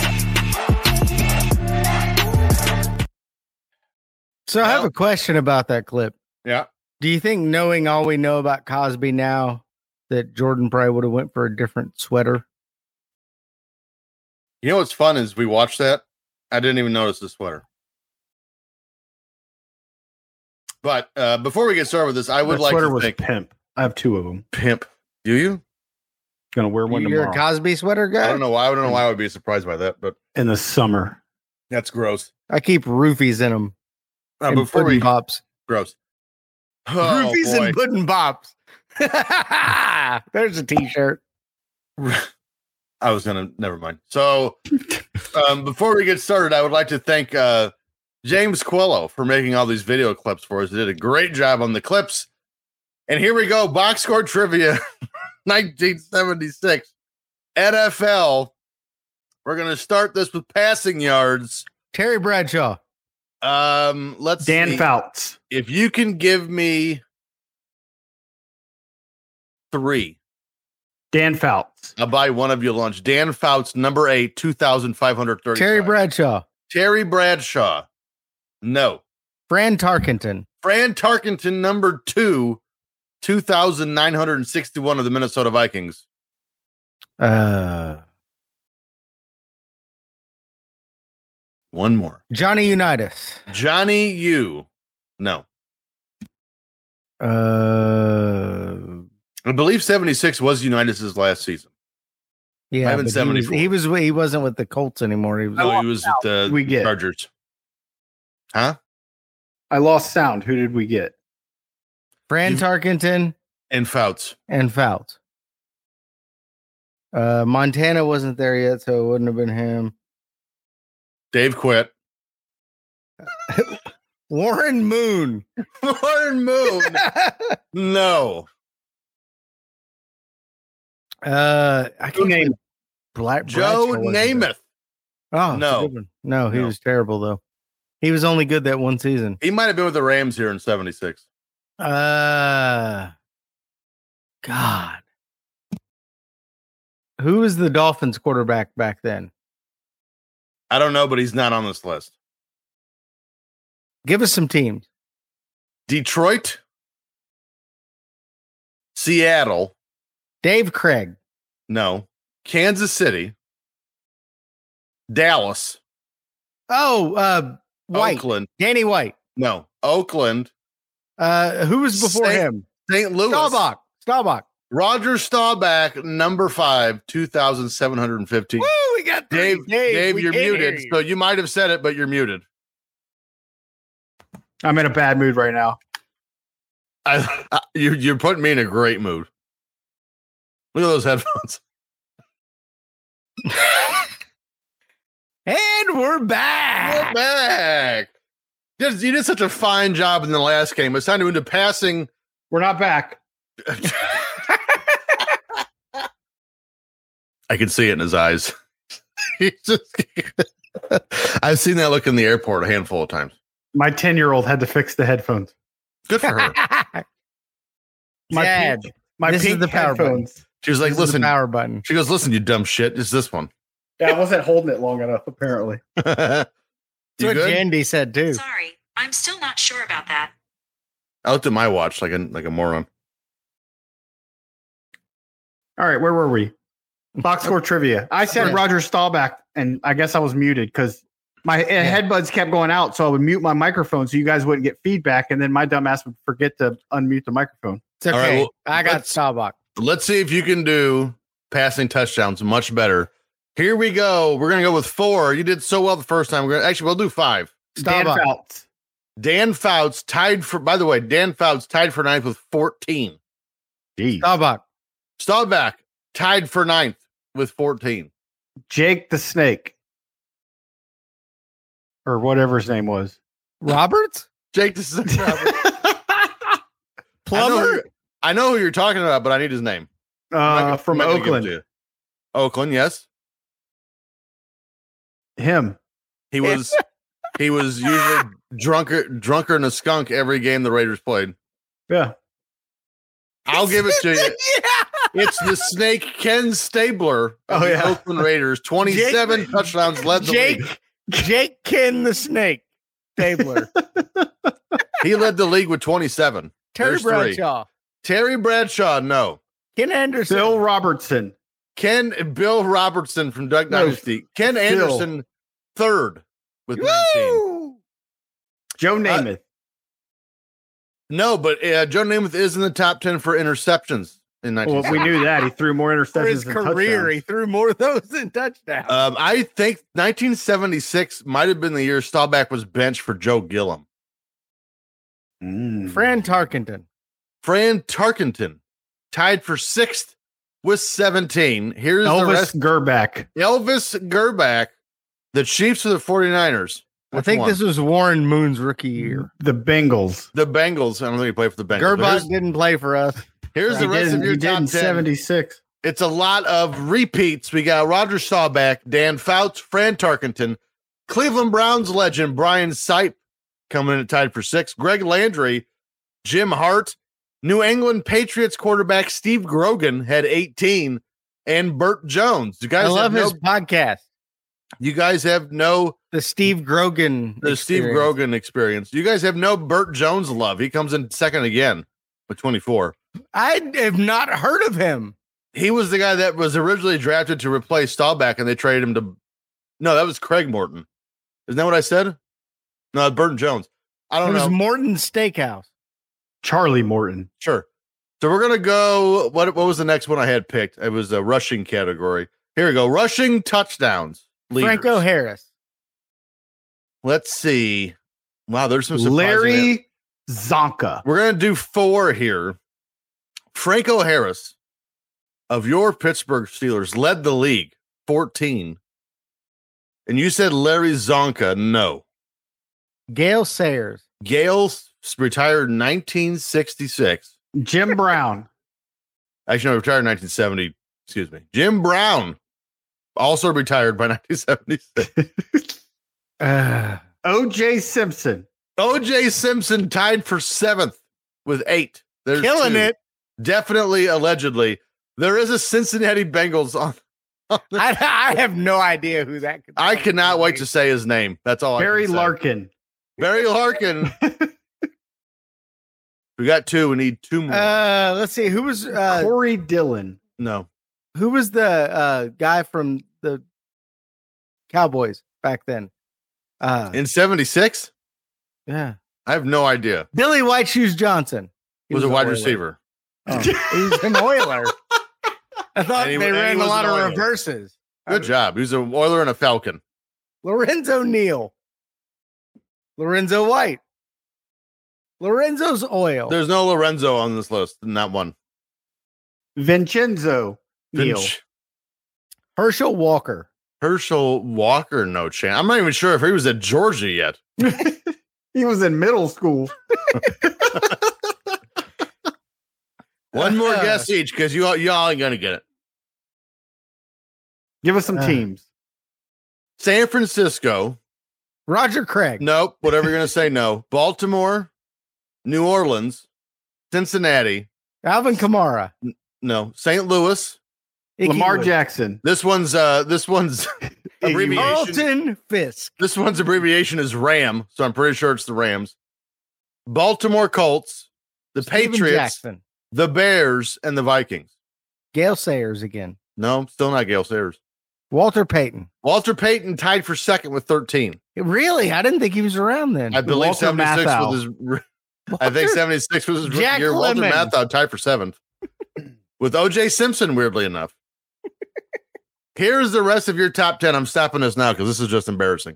So I have a question about that clip.
Yeah.
Do you think knowing all we know about Cosby now that Jordan probably would have went for a different sweater?
You know what's fun is we watched that. I didn't even notice the sweater. But uh, before we get started with this, I would
That
like
sweater
to
was
thank
pimp. I have two of them.
Pimp. Do you?
Gonna wear one
You're
tomorrow
a Cosby sweater guy?
I don't know why. I don't know why I would be surprised by that, but
in the summer.
that's gross.
I keep roofies in them.
Uh, before we
pops,
gross. Oh,
roofies
boy.
and pudding pops. There's a T-shirt.
I was gonna never mind. So um before we get started, I would like to thank uh James Quello for making all these video clips for us. He did a great job on the clips. And here we go. Box score trivia 1976. NFL. We're gonna start this with passing yards.
Terry Bradshaw.
Um, let's
Dan
see.
Fouts.
if you can give me three.
Dan Fouts.
I'll buy one of you lunch. Dan Fouts, number eight, 2,530.
Terry Bradshaw.
Terry Bradshaw. No.
Fran Tarkenton.
Fran Tarkenton, number two, 2,961 of the Minnesota Vikings.
Uh,
One more.
Johnny Unitas.
Johnny U. No.
Uh,
I believe 76 was Unitas' last season.
yeah,
Ivan
but he was,
74.
he was he wasn't with the Colts anymore. He was
No, he was with the
We get.
Chargers.
I lost sound. Who did we get?
Fran
You-
Tarkenton
And Fouts.
and Fouts. Uh, Montana wasn't there yet, so it wouldn't have been him.
Dave quit.
Warren Moon.
Warren Moon. no.
Uh, I can't
Namath.
name Black
Joe
Bradshaw wasn't there.
Namath.
Oh
No.
no, no, he
No.
was terrible though. He was only good that one season.
He might have been with the Rams here in 76.
Uh, God, who was the Dolphins quarterback back then?
I don't know, but he's not on this list.
Give us some teams.
Detroit, Seattle,
Dave Craig,
no, Kansas City, Dallas,
Oh, uh, White,
Oakland,
Danny White.
no, Oakland,
Uh, who was before
St.
him?
St. Louis,
Staubach. Staubach.
Roger Staubach, number five, 2,715.
Woo, we got three.
Dave, Dave,
we
you're
can hear
muted.
you.
So you might have said it, but you're muted.
I'm in a bad mood right now.
I, I, you, you're putting me in a great mood. Look at those headphones.
And we're
We're
back.
back. You did, you did such a fine job in the last game. It's time to into passing.
We're not back.
I can see it in his eyes. He's just- I've seen that look in the airport a handful of times.
My 10 year old had to fix the headphones.
Good for her.
My
Dad,
pink, my
this is
pink
the power button.
headphones.
She was like,
this is the
listen.
power button.
She goes, listen, you dumb shit. It's this one.
Yeah, I wasn't holding it long enough, apparently.
you
That's what
good?
Jandy said too.
Sorry, I'm still not sure about that.
I looked at my watch like a like a moron.
All right, where were we? Box score trivia. I said Roger Staubach, and I guess I was muted because my uh, headbuds kept going out, so I would mute my microphone so you guys wouldn't get feedback, and then my dumb ass would forget to unmute the microphone.
It's okay.
All right, well,
I got
let's-
Staubach.
Let's see if you can do passing touchdowns much better. Here we go. We're gonna go with four. You did so well the first time. We're gonna actually we'll do five.
Dan
Staubach.
Fouts.
Dan Fouts tied for by the way, Dan Fouts tied for ninth with 14.
Staubach.
Staubach tied for ninth with 14.
Jake the Snake, or whatever his name was.
Roberts?
Jake, this is a I know, who
Plumber?
you're- I know who you're talking about, but I need his name. I'm not
Uh,
gonna-
from
I'm not gonna give it to
Oakland.
you. Oakland, yes.
Him.
He was he was usually drunker drunker than a skunk every game the Raiders played.
Yeah.
I'll give it to you. It's the snake Ken Stabler of
Oh,
the
yeah.
Oakland Raiders. 27 touchdowns led the
Jake
league.
Jake Ken the Snake. Stabler.
He led the league with 27.
Terry
There's three.
Bradshaw.
Terry Bradshaw, no.
Ken Anderson.
Bill Robertson.
Ken Bill Robertson from Duck
No,
Dynasty. Ken Anderson, third with 19.
Woo!
Joe Namath.
No, but uh, Joe Namath is in the top 10 for interceptions in 19.
well, we knew that. He threw more
For his
interceptions than
career, he
touchdowns.
threw more of those than touchdowns.
um, I think 1976 might have been the year Staubach was benched for Joe Gillum.
Fran Tarkenton.
Fran Tarkenton tied for sixth with 17. Here's the
Elvis
rest
Gerback.
Elvis Gerback, the Chiefs or the 49ers.
I think
one?
this was Warren Moon's rookie year.
The Bengals.
the Bengals. I don't think he played for the Bengals. but
Gerbach didn't play for us.
Here's, here's the
He
rest
did in-
of your
he did in
top 10.
76.
It's a lot of repeats. We got Roger Staubach, Dan Fouts, Fran Tarkenton, Cleveland Browns legend Brian Sipe coming in at tied for six, Greg Landry, Jim Hart, New England Patriots quarterback Steve Grogan had 18, and Burt Jones. You
I
guys
love
have
his
no,
podcast,
you guys have no
the Steve Grogan.
the Steve
Experience.
Grogan experience. You guys have no Burt Jones love. He comes in second again with 24.
I have not heard of him.
he was the guy that was originally drafted to replace Staubach, and they traded him to. No, that was Craig Morton. Isn't that what I said? No, Burton Jones. I
It
don't
was
know.
Morton Steakhouse.
Charlie Morton.
sure. So we're gonna go. What what was the next one I had picked? It was a rushing category. Here we go. Rushing touchdowns. Leaders.
Franco Harris.
Let's see. Wow, there's some surprising an-
Larry Zonka.
We're gonna do four here. Franco Harris of your Pittsburgh Steelers led the league 14. And you said Larry Zonka. No.
Gail Sayers.
Gales retired in 1966.
Jim Brown.
Actually, no, retired in 1970. Excuse me. Jim Brown also retired by 1976.
Uh,
OJ Simpson.
OJ Simpson tied for seventh with eight. There's
killing
two.
it.
Definitely, allegedly. There is a Cincinnati Bengals on
I, I have no idea who that could
I cannot wait to say his name. That's all. I
Barry
can say.
Larkin.
Barry Larkin. we got two. We need two more.
Uh, let's see. Who was uh,
Corey Dillon.
no.
who was the uh, guy from the Cowboys back then? Uh,
In 76?
yeah,
I have no idea.
Billy White Shoes Johnson He
Was, a
an
wide
Oiler.
receiver.
Oh, he's an Oiler. I thought
And he-
they
and he
ran a
was
lot
an
of
Oiler.
reverses.
Good job. He was an Oiler and a Falcon.
Lorenzo Neal, Lorenzo White, Lorenzo's Oil.
There's no Lorenzo on this list. Not one.
Vincenzo Neal.
Finch-
Herschel Walker.
Herschel Walker, no chance. I'm not even sure if he was at Georgia yet.
He was in middle school.
One more
Uh,
guess each because you all, y'all ain't gonna get it.
Give us some
Uh.
teams.
San Francisco,
Roger Craig.
nope. Whatever you're gonna say, no. Baltimore, New Orleans, Cincinnati,
Alvin Kamara.
no. St. Louis.
Icky
Lamar
Wood.
Jackson.
This one's uh this one's abbreviation.
Alton Fisk.
This one's abbreviation is Ram, so I'm pretty sure it's the Rams. Baltimore Colts, the
Steven
Patriots,
Jackson.
the Bears, and the Vikings.
Gail Sayers again.
No, still not Gale Sayers.
Walter Payton.
Walter Payton tied for second with 13.
Really? I didn't think he was around then.
I believe
Walter
76
Matthau.
was his. I think
Walter-
76 was his rookie
Jack
year. Walter
Lemon.
Matthau tied for seventh with OJ Simpson, weirdly enough. Here's the rest of your top 10. I'm stopping this now because this is just embarrassing.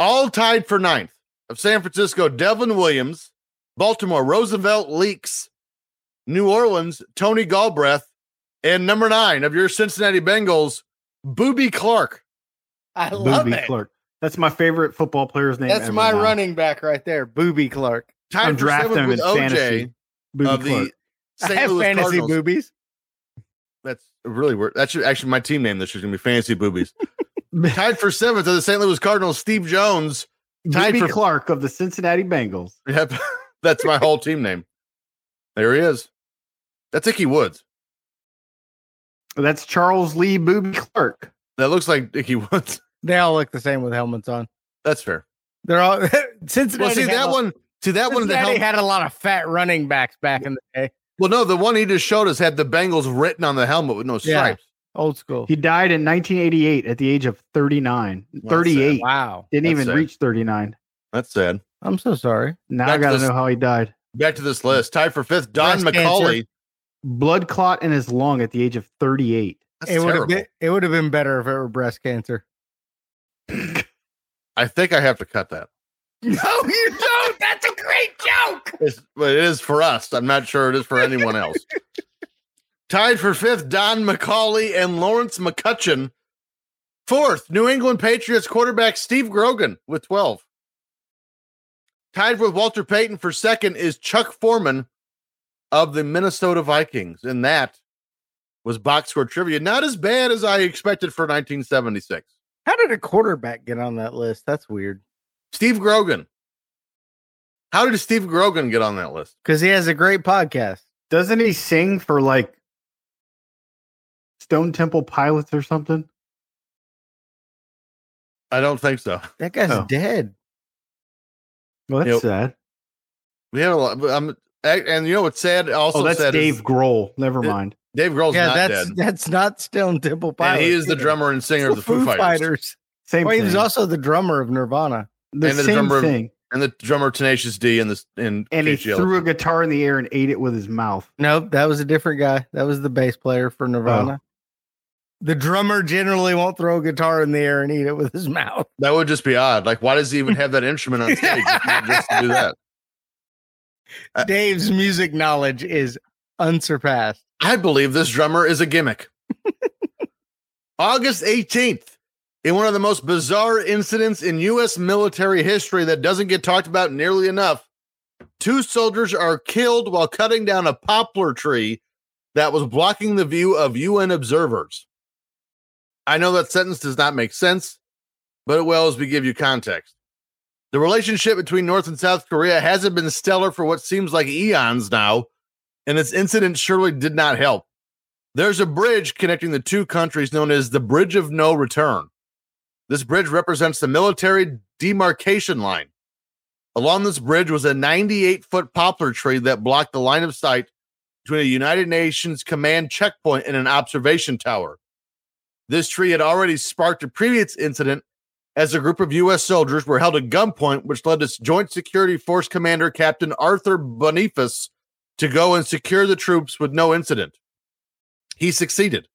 All tied for ninth of San Francisco, Devlin Williams, Baltimore, Roosevelt Leaks, New Orleans, Tony Galbraith, and number nine of your Cincinnati Bengals, Booby Clark.
I love
Booby
it.
Clark. That's my favorite football player's name.
That's
ever
my
now.
running back right there, Booby Clark.
Tied
I'm
for seventh
drafting him
with
in fantasy. Booby
of
Clark.
the St.
I have
Louis
fantasy
Cardinals.
boobies.
That's really weird. That's actually my team name. This is gonna be Fantasy Boobies. Tied for seventh are the St. Louis Cardinals. Steve Jones. tied
Booby
for-
Clark of the Cincinnati Bengals.
Yep, that's my whole team name. There he is. That's Icky Woods.
That's Charles Lee Booby Clark.
That looks like Icky Woods.
They all look the same with helmets on.
That's fair.
They're all Cincinnati.
Well, see
had
that
a-
one. See that one. The
Cincinnati
hel-
had a lot of fat running backs back in the day.
well, no, the one he just showed us had the Bengals written on the helmet with no
Yeah.
stripes.
Old school.
He died in 1988 at the age of 39.
sad.
38.
Wow.
Didn't
That's
even
sad.
reach 39.
That's sad.
I'm so sorry.
Now
Back
I
to
got to
this-
know how he died.
Back to this list. Tied for fifth, Don
Breast
McCauley.
Blood clot in his lung at the age of 38.
That's
It would
terrible.
have been it would have been better if it were breast cancer.
I think I have to cut that.
No, you don't. That's a great joke.
It's, but it is for us. I'm not sure it is for anyone else. Tied for fifth, Don McCauley and Lawrence McCutcheon. Fourth, New England Patriots quarterback Steve Grogan with 12. Tied with Walter Payton for second is Chuck Foreman of the Minnesota Vikings. And that was box score trivia. Not as bad as I expected for 1976.
How did a quarterback get on that list? That's weird.
Steve Grogan. How did Steve Grogan get on that list?
Because he has a great podcast.
Doesn't he sing for like Stone Temple Pilots or something?
I don't think so.
That guy's
Oh.
dead.
Well, that's
Yep.
sad.
We had a lot. But I'm, and and you know what's sad? Also,
Oh, that's
sad
Dave
Is
Grohl. Never
Yeah.
mind.
Dave Grohl's
yeah,
not
that's
dead.
that's not Stone Temple Pilots.
And he is the
either.
drummer and singer of the Foo, Fighters.
Same
Well, Oh, he
thing.
was also the drummer of Nirvana.
the
and the
same
drummer of-
thing.
and the drummer of Tenacious D and this and
And he
KGL.
threw a guitar in the air and ate it with his mouth.
Nope, that was a different guy. That was the bass player
Oh.
for Nirvana. The drummer generally won't throw a guitar in the air and eat it with his mouth.
That would just be odd. Like, why does he even have that instrument on stage? if not just to do that. Uh,
Dave's music knowledge is unsurpassed.
I believe this drummer is a gimmick. August 18th, in one of the most bizarre incidents in U.S. military history that doesn't get talked about nearly enough, two soldiers are killed while cutting down a poplar tree that was blocking the view of UN observers. I know that sentence does not make sense, but it will as we give you context. The relationship between North and South Korea hasn't been stellar for what seems like eons now and this incident surely did not help. There's a bridge connecting the two countries known as the Bridge of No Return. This bridge represents the military demarcation line Along this bridge was a 98 foot poplar tree that blocked the line of sight between a United Nations command checkpoint and an observation tower. This tree had already sparked a previous incident as a group of U.S. soldiers were held at gunpoint, which led to Joint Security Force Commander Captain Arthur Boniface to go and secure the troops with no incident. He succeeded.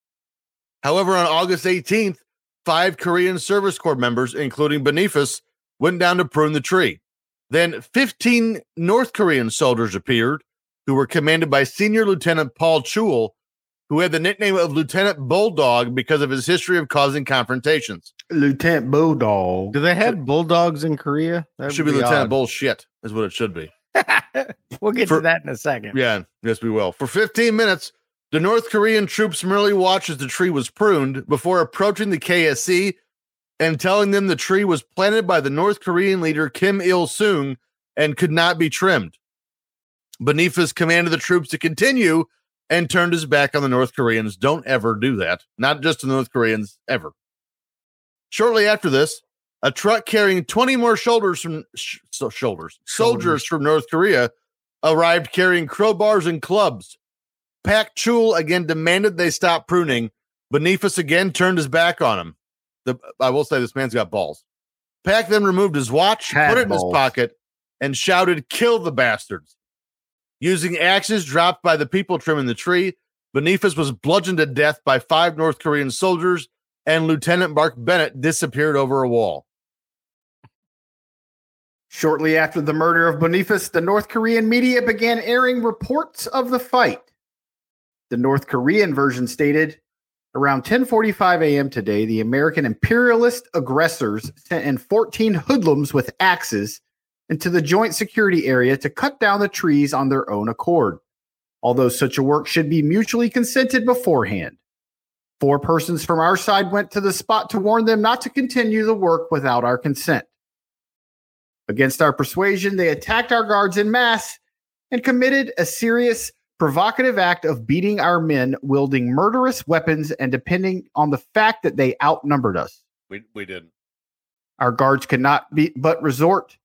However, on August 18th, five Korean Service Corps members, including Boniface, went down to prune the tree. Then 15 North Korean soldiers appeared, who were commanded by Senior Lieutenant Paul Chul, who had the nickname of Lieutenant Bulldog because of his history of causing confrontations.
Lieutenant Bulldog.
Do they have bulldogs in Korea? That
should be,
would
Lieutenant
odd.
Bullshit, is what it should be.
We'll get
for-
to that in a second.
Yeah, yes, we will. For 15 minutes, the North Korean troops merely watched as the tree was pruned before approaching the KSC and telling them the tree was planted by the North Korean leader Kim Il sung and could not be trimmed. Boniface commanded the troops to continue and turned his back on the North Koreans. Don't ever do that. Not just the North Koreans, ever. Shortly after this, a truck carrying 20 more shoulders from sh- so- shoulders, soldiers from North Korea arrived carrying crowbars and clubs. Pak Chul again demanded they stop pruning. Boniface again turned his back on him. The, I will say this man's got balls. Pak then removed his watch,
Had
put it in his
balls.
pocket, and shouted, Kill the bastards. Using axes dropped by the people trimming the tree, Boniface was bludgeoned to death by five North Korean soldiers, and Lieutenant Mark Bennett disappeared over a wall.
Shortly after the murder of Boniface, the North Korean media began airing reports of the fight. The North Korean version stated around 10:45 a.m. today, the American imperialist aggressors sent in 14 hoodlums with axes into the joint security area to cut down the trees on their own accord. Although such a work should be mutually consented beforehand. Four persons from our side went to the spot to warn them not to continue the work without our consent. Against our persuasion, they attacked our guards in mass and committed a serious provocative act of beating our men, wielding murderous weapons, and depending on the fact that they outnumbered us.
We, we didn't.
Our guards could not be, but resort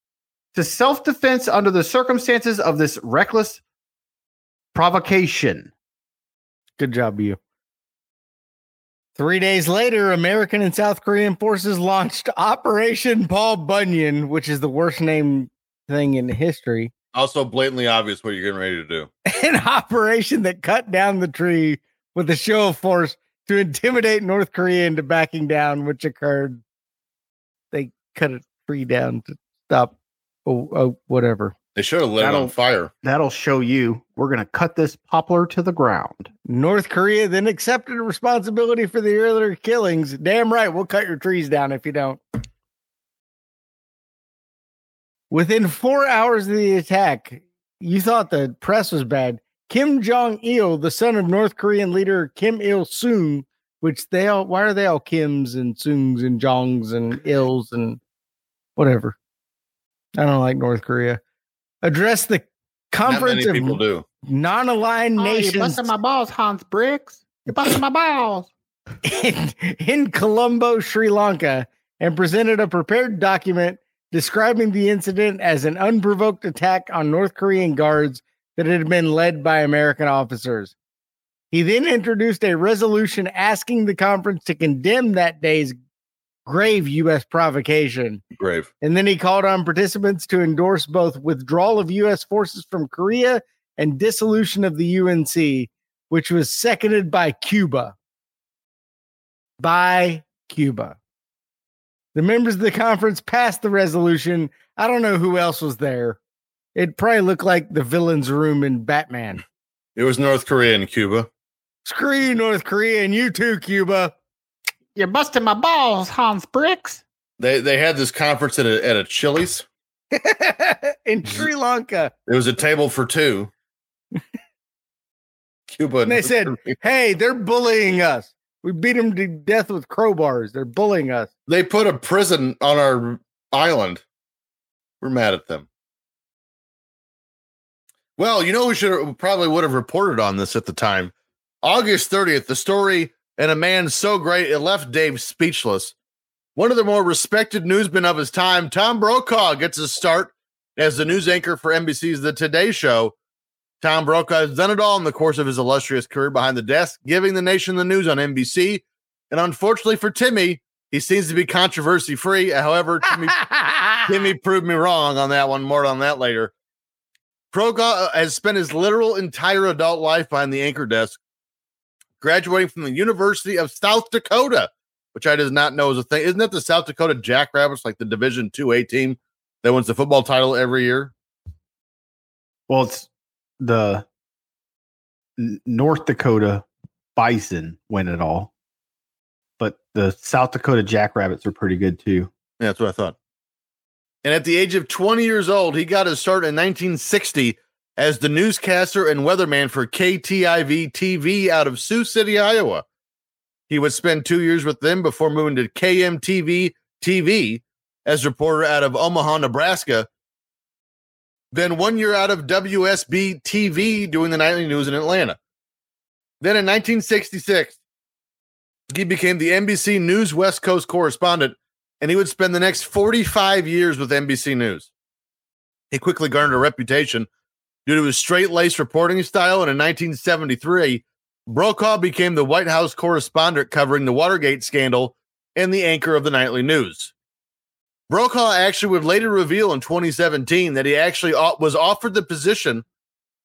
to self defense under the circumstances of this reckless provocation.
Good job, you. Three days later, American and South Korean forces launched Operation Paul Bunyan, which is the worst named thing in history.
Also, blatantly obvious what you're getting ready to do.
An operation that cut down the tree with a show of force to intimidate North Korea into backing down, which occurred. They cut a tree down to stop, oh, oh whatever.
They should have lit it on
That'll-
fire.
That'll show you we're going to cut this poplar to the ground.
North Korea then accepted responsibility for the earlier killings. Damn right, we'll cut your trees down if you don't. Within four hours of the attack, you thought the press was bad. Kim Jong Il, the son of North Korean leader Kim Il Sung, which they all why are they all Kims and Sungs and Jongs and Ils and whatever. I don't like North Korea. Address the
Not many
conference of
people do.
non-aligned nations
balls, Hans Bricks. You busted my balls.
in, in Colombo, Sri Lanka, and presented a prepared document describing the incident as an unprovoked attack on North Korean guards that had been led by American officers. He then introduced a resolution asking the conference to condemn that day's grave U.S. provocation.
Grave.
And then he called on participants to endorse both withdrawal of U.S. forces from Korea and dissolution of the UNC, which was seconded by Cuba. By Cuba. The members of the conference passed the resolution. I don't know who else was there. It probably looked like the villain's room in Batman.
It was North Korea and Cuba.
Screw you, North Korea, and you too, Cuba.
You busted my balls, Hans Bricks.
They they had this conference at a, at a Chili's.
in Sri Lanka.
It was a table for two. Cuba.
And they
North
said-
Korea.
Hey, they're bullying us. We beat them to death with crowbars. They're bullying us.
they put a prison on our island. We're mad at them. Well, you know, we should probably would have reported on this at the time. August 30th, the story and a man so great it left Dave speechless. One of the more respected newsmen of his time, Tom Brokaw, gets his start As the news anchor for NBC's The Today Show, Tom Brokaw has done it all in the course of his illustrious career behind the desk, giving the nation the news on NBC. And unfortunately for Timmy, he seems to be controversy free. However, Timmy, Timmy proved me wrong on that one. More on that later. Brokaw has spent his literal entire adult life behind the anchor desk, graduating from the University of South Dakota, which I does not know is a thing. Isn't that the South Dakota Jackrabbits, like the Division Two A team that wins the football title every year?
Well, it's the N- North Dakota Bison win it all, but the South Dakota Jackrabbits are pretty good too.
Yeah, that's what I thought. And at the age of 20 years old, he got his start in 1960 as the newscaster and weatherman for KTIV TV out of Sioux City, Iowa. He would spend two years with them before moving to KMTV TV as reporter out of Omaha, Nebraska. Then one year out of WSB TV doing the nightly news in Atlanta. Then in 1966, he became the NBC News West Coast correspondent and he would spend the next 45 years with NBC News. He quickly garnered a reputation due to his straight laced reporting style, and in 1973, Brokaw became the White House correspondent covering the Watergate scandal and the anchor of the nightly news. Brokaw actually would later reveal in 2017 that he actually o- was offered the position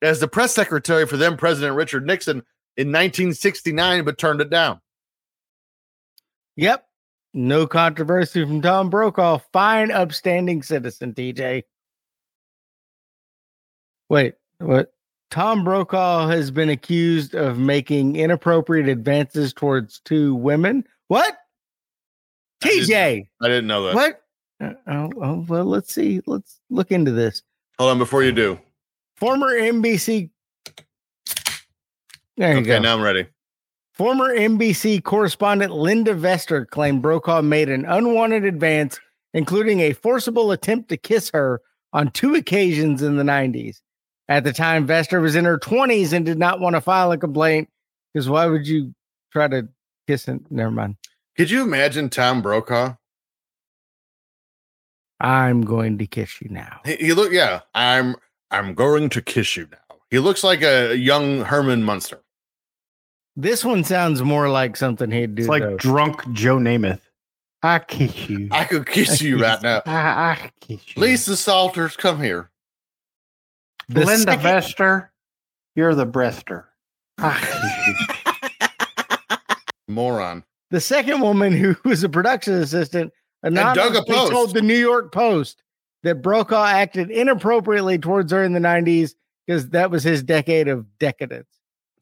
as the press secretary for then President Richard Nixon in 1969, but turned it down.
Yep. No controversy from Tom Brokaw. Fine, upstanding citizen, TJ. Wait, what? Tom Brokaw has been accused of making inappropriate advances towards two women. What?
I didn't-
TJ,
I didn't know that.
what? Uh, Oh, oh, well, let's see. Let's look into this.
Hold on, before you do.
Former NBC. There you
Okay,
go.
now I'm ready.
Former NBC correspondent Linda Vester claimed Brokaw made an unwanted advance, including a forcible attempt to kiss her on two occasions in the 90s. At the time, Vester was in her 20s and did not want to file a complaint because why would you try to kiss him? Never mind.
Could you imagine Tom Brokaw?
I'm going to kiss you now.
He, he look, yeah. I'm I'm going to kiss you now. He looks like a young Herman Munster.
This one sounds more like something he'd do.
It's like
though.
drunk Joe Namath. I kiss you.
I could kiss you right now.
I, I kiss you.
Lisa Salters, come here.
The
Linda
second-
Vester, you're the breaster. I kiss you.
Moron.
The second woman, who was a production assistant,
dug a
anonymously
post.
told the New York Post that Brokaw acted inappropriately towards her in the 90s because that was his decade of decadence.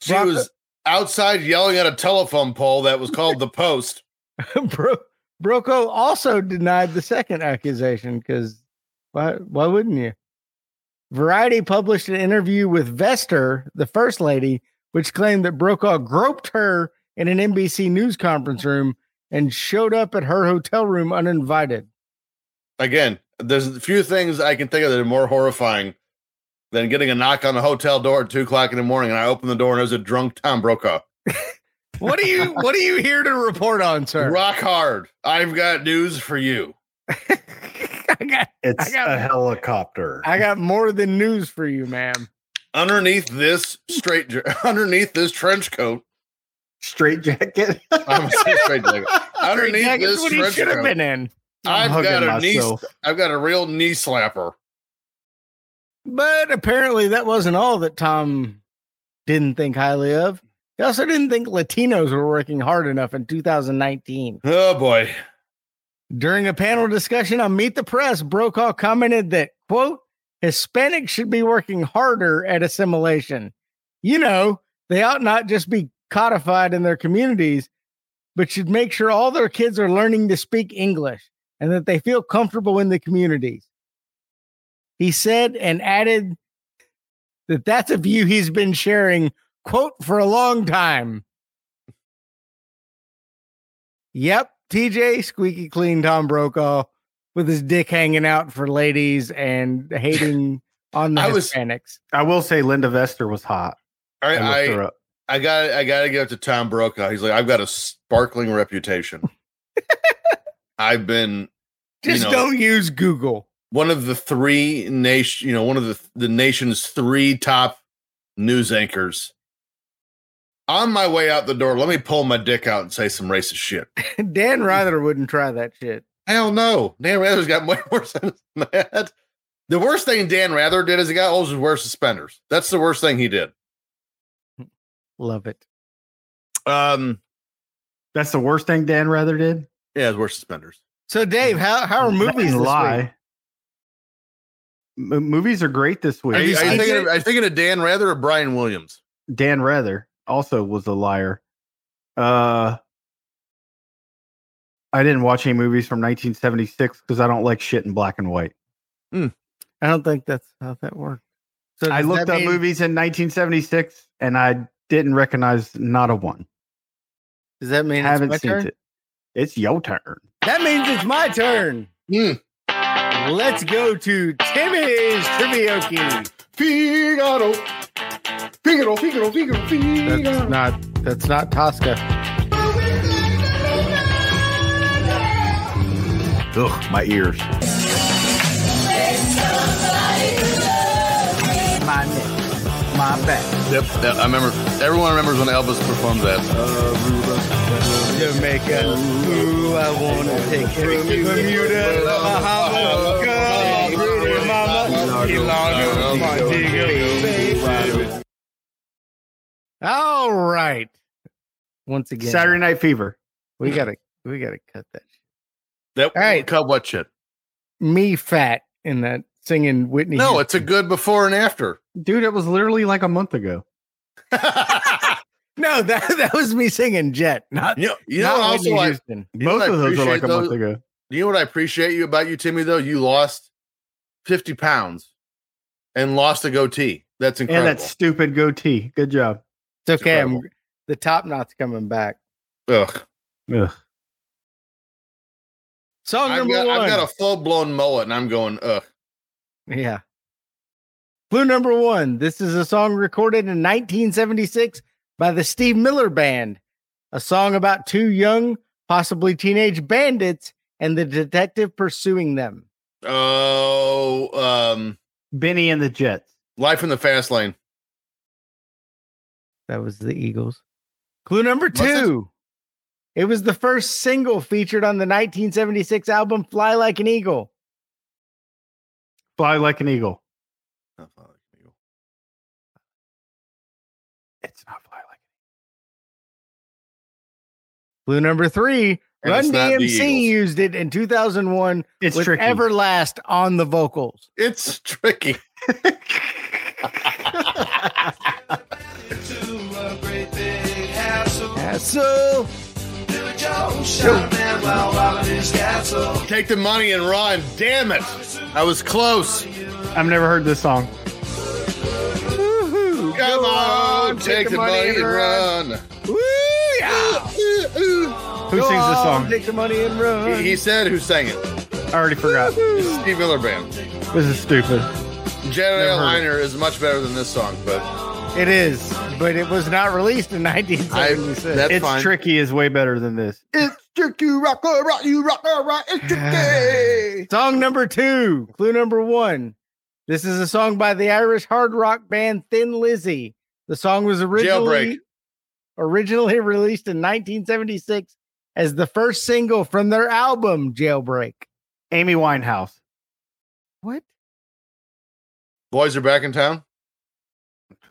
She
Brock- uh,
was outside yelling at a telephone pole that was called the post.
Bro- Brokaw also denied the second accusation because why, why wouldn't you? Variety published an interview with Vester, the first lady, which claimed that Brokaw groped her in an NBC news conference room and showed up at her hotel room uninvited.
Again, there's a few things I can think of that are more horrifying than getting a knock on the hotel door at two o'clock in the morning, and I open the door and there's a drunk Tom Brokaw.
What are you What are you here to report on, sir?
Rock hard. I've got news for you.
I got
It's
got-
a helicopter.
I got more than news for you, ma'am.
Underneath this straight, dr- underneath this trench coat,
Straight jacket.
I'm a straight jacket. Underneath
Jack, it's
this
what he
trench
should have
coat,
been in.
I'm
I've got
hugging
a knee.
myself.
I've got a real knee slapper.
But apparently, that wasn't all that Tom didn't think highly of. He also didn't think Latinos were working hard enough in 2019.
Oh boy.
During a panel discussion on Meet the Press, Brokaw commented that, quote, Hispanics should be working harder at assimilation. You know, they ought not just be codified in their communities, but should make sure all their kids are learning to speak English and that they feel comfortable in the communities. He said and added that that's a view he's been sharing, quote, for a long time. Yep, TJ squeaky clean Tom Brokaw with his dick hanging out for ladies and hating on the
I was-
Hispanics.
I will say Linda Vester was hot.
All right,
I looked
I,
her up.
I got I got to give it to Tom Brokaw. He's like, I've got a sparkling reputation. I've been, you
Just
know-
don't use Google.
one of the three nation, you know, one of the the nation's three top news anchors. On my way out the door, let me pull my dick out and say some racist shit.
Dan Rather wouldn't try that shit.
Hell no. Dan Rather's got way more sense than that. The worst thing Dan Rather did is he got old to wear suspenders. That's the worst thing he did.
Love it.
Um,
That's the worst thing Dan Rather did.
yeah, his wear suspenders.
So Dave, how how
Mm.
are movies? this week?
M- movies are great this week.
Are you, are you
I
thinking
did-
of, are you thinking of Dan Rather or Brian Williams?
Dan Rather also was a liar. Uh, I didn't watch any movies from 1976 because I don't like shit in black and white.
I don't think that's how that works. So
I
does
looked
that
up
mean-
movies in 1976 and I didn't recognize not a one.
Does that mean
Haven't
it's my
seen
turn?
it. It's your turn.
That means it's my turn.
Hmm.
Let's go to Timmy's Trivioki.
Figaro. Figaro, Figaro, Figaro, Figaro.
That's not that's not Tosca.
Ugh, my ears.
My neck, my back.
Yep, that- I remember. Everyone remembers when Elvis performed that.
Jamaica. Ooh, I wanna take it from you. Bermuda,
Oh,
Bahama, girl, Rudy, mama. Ilana, Montego, baby. All right. Once again,
Saturday Night Fever.
we gotta we gotta cut that.
That
All right.
cut what shit?
Me fat in that singing Whitney.
No,
Houston.
it's a good before and after.
Dude, it was literally like a month ago.
No, that that was me singing Jet, not
you know, you know
not
what also
Whitney
I,
Houston.
You know
Both
what I
of those are
appreciate
like a month
those-
ago.
you know what I appreciate you about you, Timmy, though? You lost 50 pounds and lost a goatee. That's
And
incredible.
that stupid goatee. Good job.
It's okay. I'm,
Incredible.
the top knot's coming back.
Ugh.
Ugh.
Song
I've,
number
got,
one.
I've got a full blown mullet and I'm going, ugh.
yeah. Clue number one. This is a song recorded in 1976 by the Steve Miller Band, a song about two young, possibly teenage bandits and the detective pursuing them.
Oh, um,
Benny and the Jets.
life in the fast lane.
That was the Eagles. Clue number
Was it?
two. It was the first single featured on the 1976 album Fly Like an Eagle.
Fly like an eagle. It's not fly like
Clue number three.
And it's
Run
not the
DMC
Eagles.
used it in 2001
an It's
with
tricky.
Everlast on the vocals.
It's tricky.
Castle.
Take the money and run. Damn it. I was close.
I've never heard this song.
Woohoo.
Come on, take, the, money, and run.
Who sings this song?
Take the money and run.
He, he said who sang it.
I already forgot.
Steve Miller Band.
This is stupid.
Jedi
heard it.
Liner is much better than this song, but
It is, but it was not released in
I
1976.
that's
it's
fine.
tricky is way better than this. It's tricky, rock, uh, rock, you rock, uh, rock. It's tricky.
Song number two, clue number one. This is a song by the Irish hard rock band Thin Lizzy. The song was originally originally released in 1976 as the first single from their album Jailbreak.
Amy Winehouse.
What?
Boys are back in town.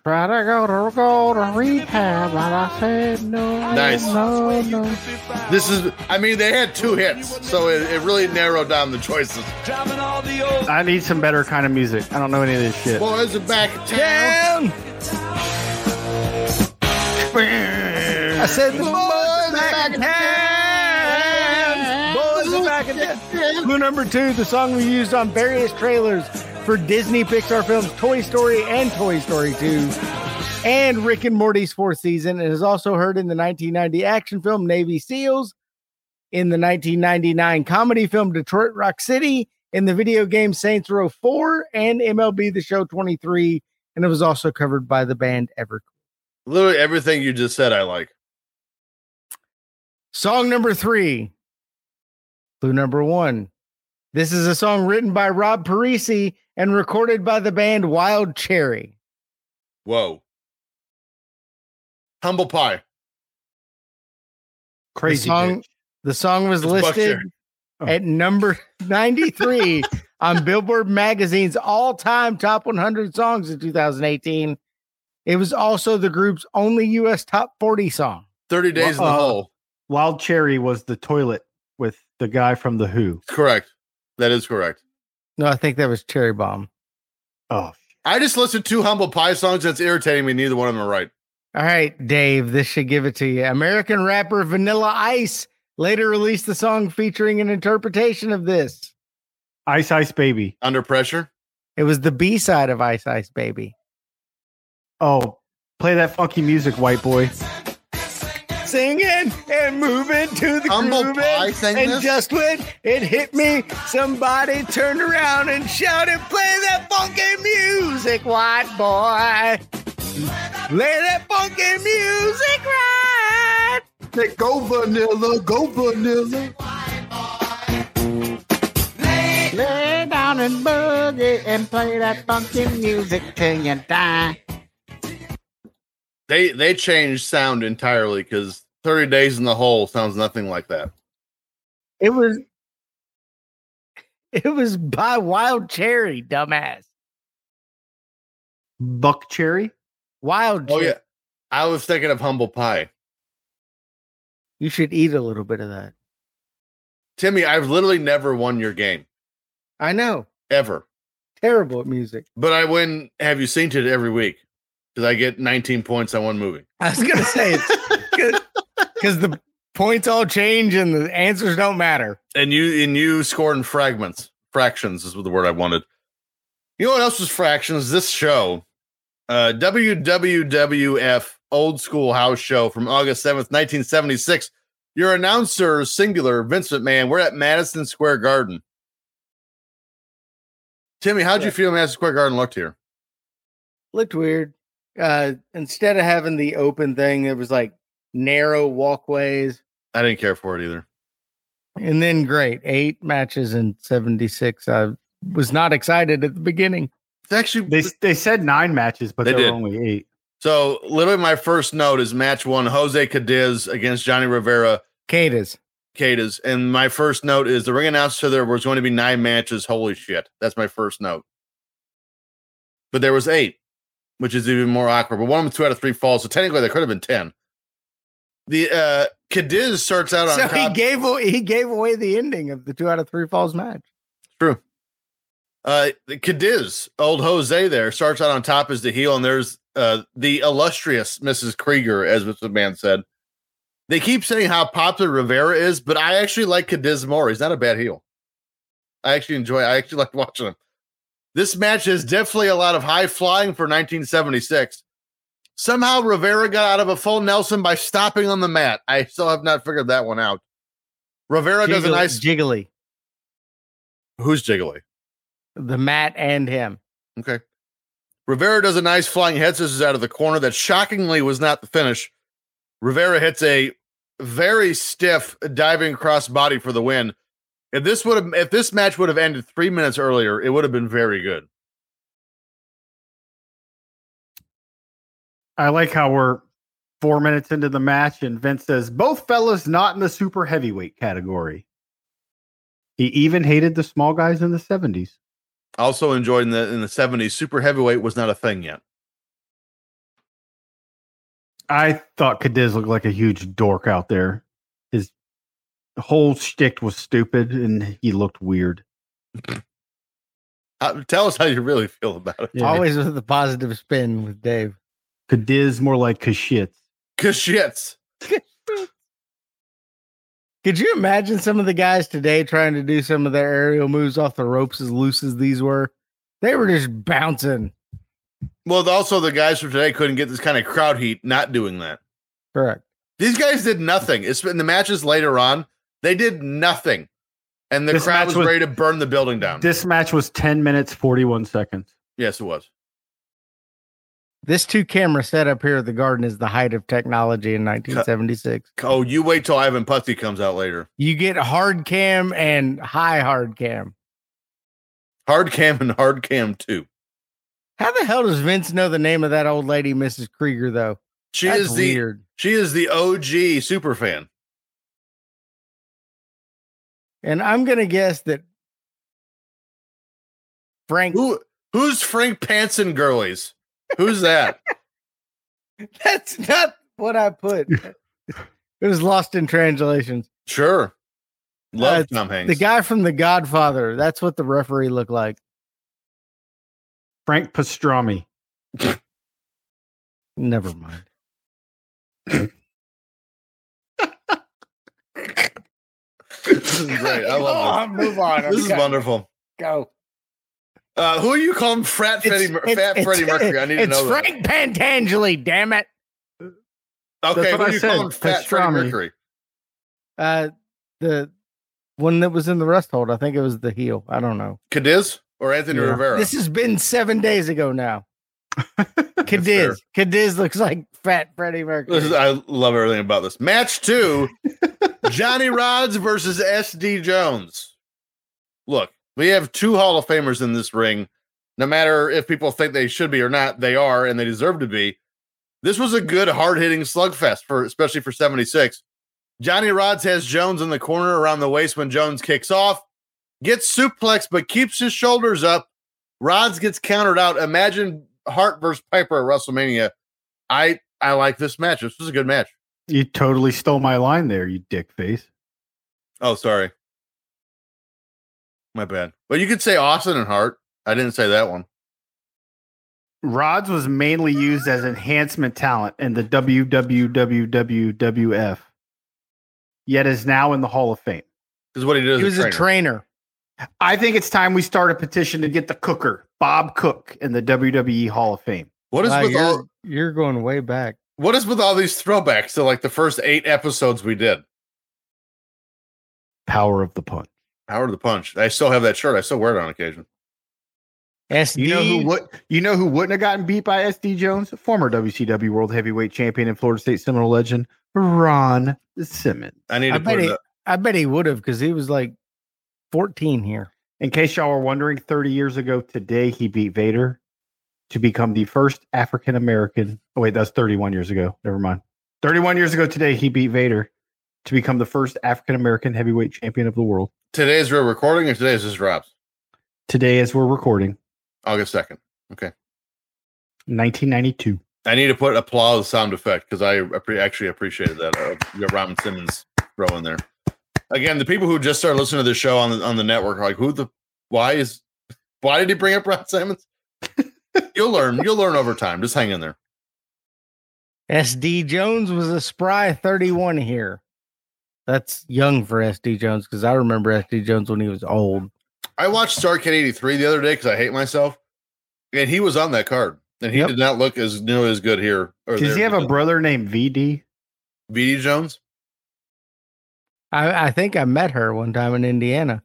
Try to go to, go to rehab, but I said no.
Nice.
No, no.
This is, I mean, they had two hits, so it, it really narrowed down the choices.
I need some better kind of music. I don't know any of this shit.
Boys are back in town.
Damn! I said the boys are back in town. Boys are back in town. Clue number two, the song we used on various trailers for Disney Pixar films Toy Story and Toy Story 2 and Rick and Morty's fourth season and is also heard in the 1990 action film Navy SEALs, in the 1999 comedy film Detroit Rock City, in the video game Saints Row 4 and MLB The Show 23 and it was also covered by the band Evercool.
Literally everything you just said, I like.
Song number three. Clue number one. This is a song written by Rob Parisi and recorded by the band Wild Cherry.
Whoa. Humble pie.
The
Crazy.
song,
bitch.
the song was
It's Buck
listed
Cherry. Oh.
at number 93 on Billboard magazine's all-time top 100 songs in 2018. It was also the group's only US top 40 song.
30 days in
Uh,
the hole.
Wild Cherry was the toilet with the guy from The Who.
Correct. That is correct.
No, I think that was Cherry Bomb.
Oh,
I just listened to two humble pie songs. That's irritating me. Neither one of them are right.
All right, Dave, this should give it to you. American rapper Vanilla Ice later released the song featuring an interpretation of this.
Ice Ice Baby.
Under pressure.
It was the B side of Ice Ice Baby.
Oh, play that funky music, white boy.
Singing and moving to the
Humble
groove
Pie
and-
sang
and
this?
just when it hit me, somebody turned around and shouted, "Play that funky music, white boy! Play that funky music, right?"
Go vanilla, go vanilla.
Lay down and boogie and play that funky music till you die.
They they changed sound entirely because 30 days in the hole sounds nothing like that.
It was. It was by Wild Cherry, dumbass.
Buck Cherry.
Wild
Oh
Cherry.
yeah. I was thinking of humble pie.
You should eat a little bit of that.
Timmy, I've literally never won your game
I know.
ever.
Terrible at music.
But I win have you seen it every week? Because I get 19 points on one movie.
I was gonna say it's because the points all change and the answers don't matter.
And you and you scored in fragments. Fractions is the word I wanted. You know what else was fractions? This show. Uh WWWF old school house show from August 7th, 1976. Your announcer singular, Vince McMahon. We're at Madison Square Garden. Timmy, how'd you feel Madison Square Garden looked here?
Looked weird. Uh, instead of having the open thing, it was like narrow walkways,
I didn't care for it either.
and then great eight matches in seventy six. I was not excited at the beginning.
It's actually
They they said nine matches, but
They
there were
did.
only eight.
So literally, my first note is match one: Jose Cadiz against Johnny Rivera
Cadis.
Cadiz. And my first note is the ring announcer there was going to be nine matches. Holy shit! That's my first note. But there was eight, which is even more awkward. But one of them two out of three falls, so technically there could have been ten. The uh Cadiz starts out on
So he
top.
gave away, he gave away the ending of the two out of three falls match.
True. Uh, Cadiz, old Jose there, starts out on top as the heel, and there's uh, the illustrious Mrs. Krieger, as Mr. Man said. They keep saying how popular Rivera is, but I actually like Cadiz more. He's not a bad heel. I actually enjoy. I actually like watching him. This match is definitely a lot of high flying for 1976. Somehow Rivera got out of a full Nelson by stopping on the mat. I still have not figured that one out. Rivera Oh, does a
Jiggly-
nice.
jiggly.
Who's jiggly?
The Matt and him.
Okay. Rivera does a nice flying head scissors out of the corner that shockingly was not the finish. Rivera hits a very stiff diving crossbody for the win. If this would have if this match would have ended three minutes earlier, it would have been very good.
I like how we're four minutes into the match, and Vince says both fellas not in the super heavyweight category. He even hated the small guys in the seventies.
Also enjoyed in the in the 70s, super heavyweight was not a thing yet.
I thought Cadiz looked like a huge dork out there. His whole shtick was stupid, and he looked weird.
Uh, tell us how you really feel about it.
Always with the positive spin with Dave.
Cadiz more like Kashits.
Cause shits.
Could you imagine some of the guys today trying to do some of their aerial moves off the ropes as loose as these were? They were just bouncing.
Well, also the guys from today couldn't get this kind of crowd heat not doing that.
Correct.
These guys did nothing. It's in the matches later on. They did nothing, and the
This
crowd
match
was,
was-
ready to burn the building down.
This match was ten minutes forty one seconds.
yes, it was.
This two camera setup here at the garden is the height of technology in 1976.
Oh, you wait till Ivan Putty comes out later.
You get hard cam and high hard cam.
Hard Cam and Hard Cam 2.
How the hell does Vince know the name of that old lady, Mrs. Krieger, though?
She
That's
is the
weird.
she is the OG super fan.
And I'm gonna guess that Frank
Who who's Frank Pants and Girlies? Who's that?
that's not what I put. it was lost in translations.
sure. Love
Uh,
Tom Hanks.
The guy from The Godfather. That's what the referee looked like.
Frank Pastrami.
Never mind.
this is great. I
Oh,
love
move on.
this. This is
Okay,
wonderful.
Go.
Uh, who are you calling Frat Oh, Freddie, Mer- Fat Freddie Mercury? I need to
it's
know that.
Frank Pantangeli, damn it.
Okay,
what
who
I
are you
said,
calling Fat Freddie
pastrami.
Mercury?
Uh the one that was in the rest hold. I think it was the heel. I don't know.
Cadiz or Anthony
Yeah.
Rivera?
This has been seven days ago now.
fair.
Cadiz. Cadiz looks like fat Freddie Mercury.
This is, I love everything about this. Match two Johnny Rods versus SD Jones. Look, we have two Hall of Famers in this ring. No matter if people think they should be or not, they are and they deserve to be. This was a good hard hitting slugfest for especially for 76. Johnny Rods has Jones in the corner around the waist when Jones kicks off, gets suplexed, but keeps his shoulders up. Rods gets countered out. Imagine Hart versus Piper at WrestleMania. I I like this match. This was a good match.
You totally stole my line there, you dick face.
Oh, sorry. My bad. Well, you could say Austin and Hart. I didn't say that one.
Rods was mainly used as enhancement talent in the WWWWWF, yet is now in the Hall of Fame.
This is what he did.
he was
as a
a
train.
trainer.
I think it's time we start a petition to get the cooker, Bob Cook, in the WWE Hall of Fame.
What is
Wow,
with
you're,
all
you're going way back.
what is with all these throwbacks to like the first eight episodes we did?
Power of the pun.
Power of the punch. I still have that shirt. I still wear it on occasion.
SD.
You know who would you know who wouldn't have gotten beat by SD Jones? Former WCW World Heavyweight Champion and Florida State Seminole legend Ron Simmons.
I need
I
to
bet
put it
he-
up.
I bet he would have because he was like 14 here.
In case y'all were wondering, 30 years ago today he beat Vader to become the first African American. Oh wait, that's 31 years ago. Never mind. 31 years ago today he beat Vader to become the first African American heavyweight champion of the world.
Today's real recording or today's just drops?
Today as we're recording,
August 2nd.
1992.
I need to put applause sound effect because I appre- actually appreciated that. Uh, you got Robin Simmons throw in there. Again, the people who just started listening to this show on the, on the network are like, who the why is why did he bring up Ron Simmons? you'll learn. You'll learn over time. Just hang in there.
SD Jones was a spry 31 here. That's young for SD Jones because I remember SD Jones when he was old.
I watched Starcade '83 the other day because I hate myself, and he was on that card, and he
Yep.
did not look as nearly as good here. Or
Does
Oh, there.
he have a brother named VD?
BD Jones?
I, I think I met her one time in Indiana.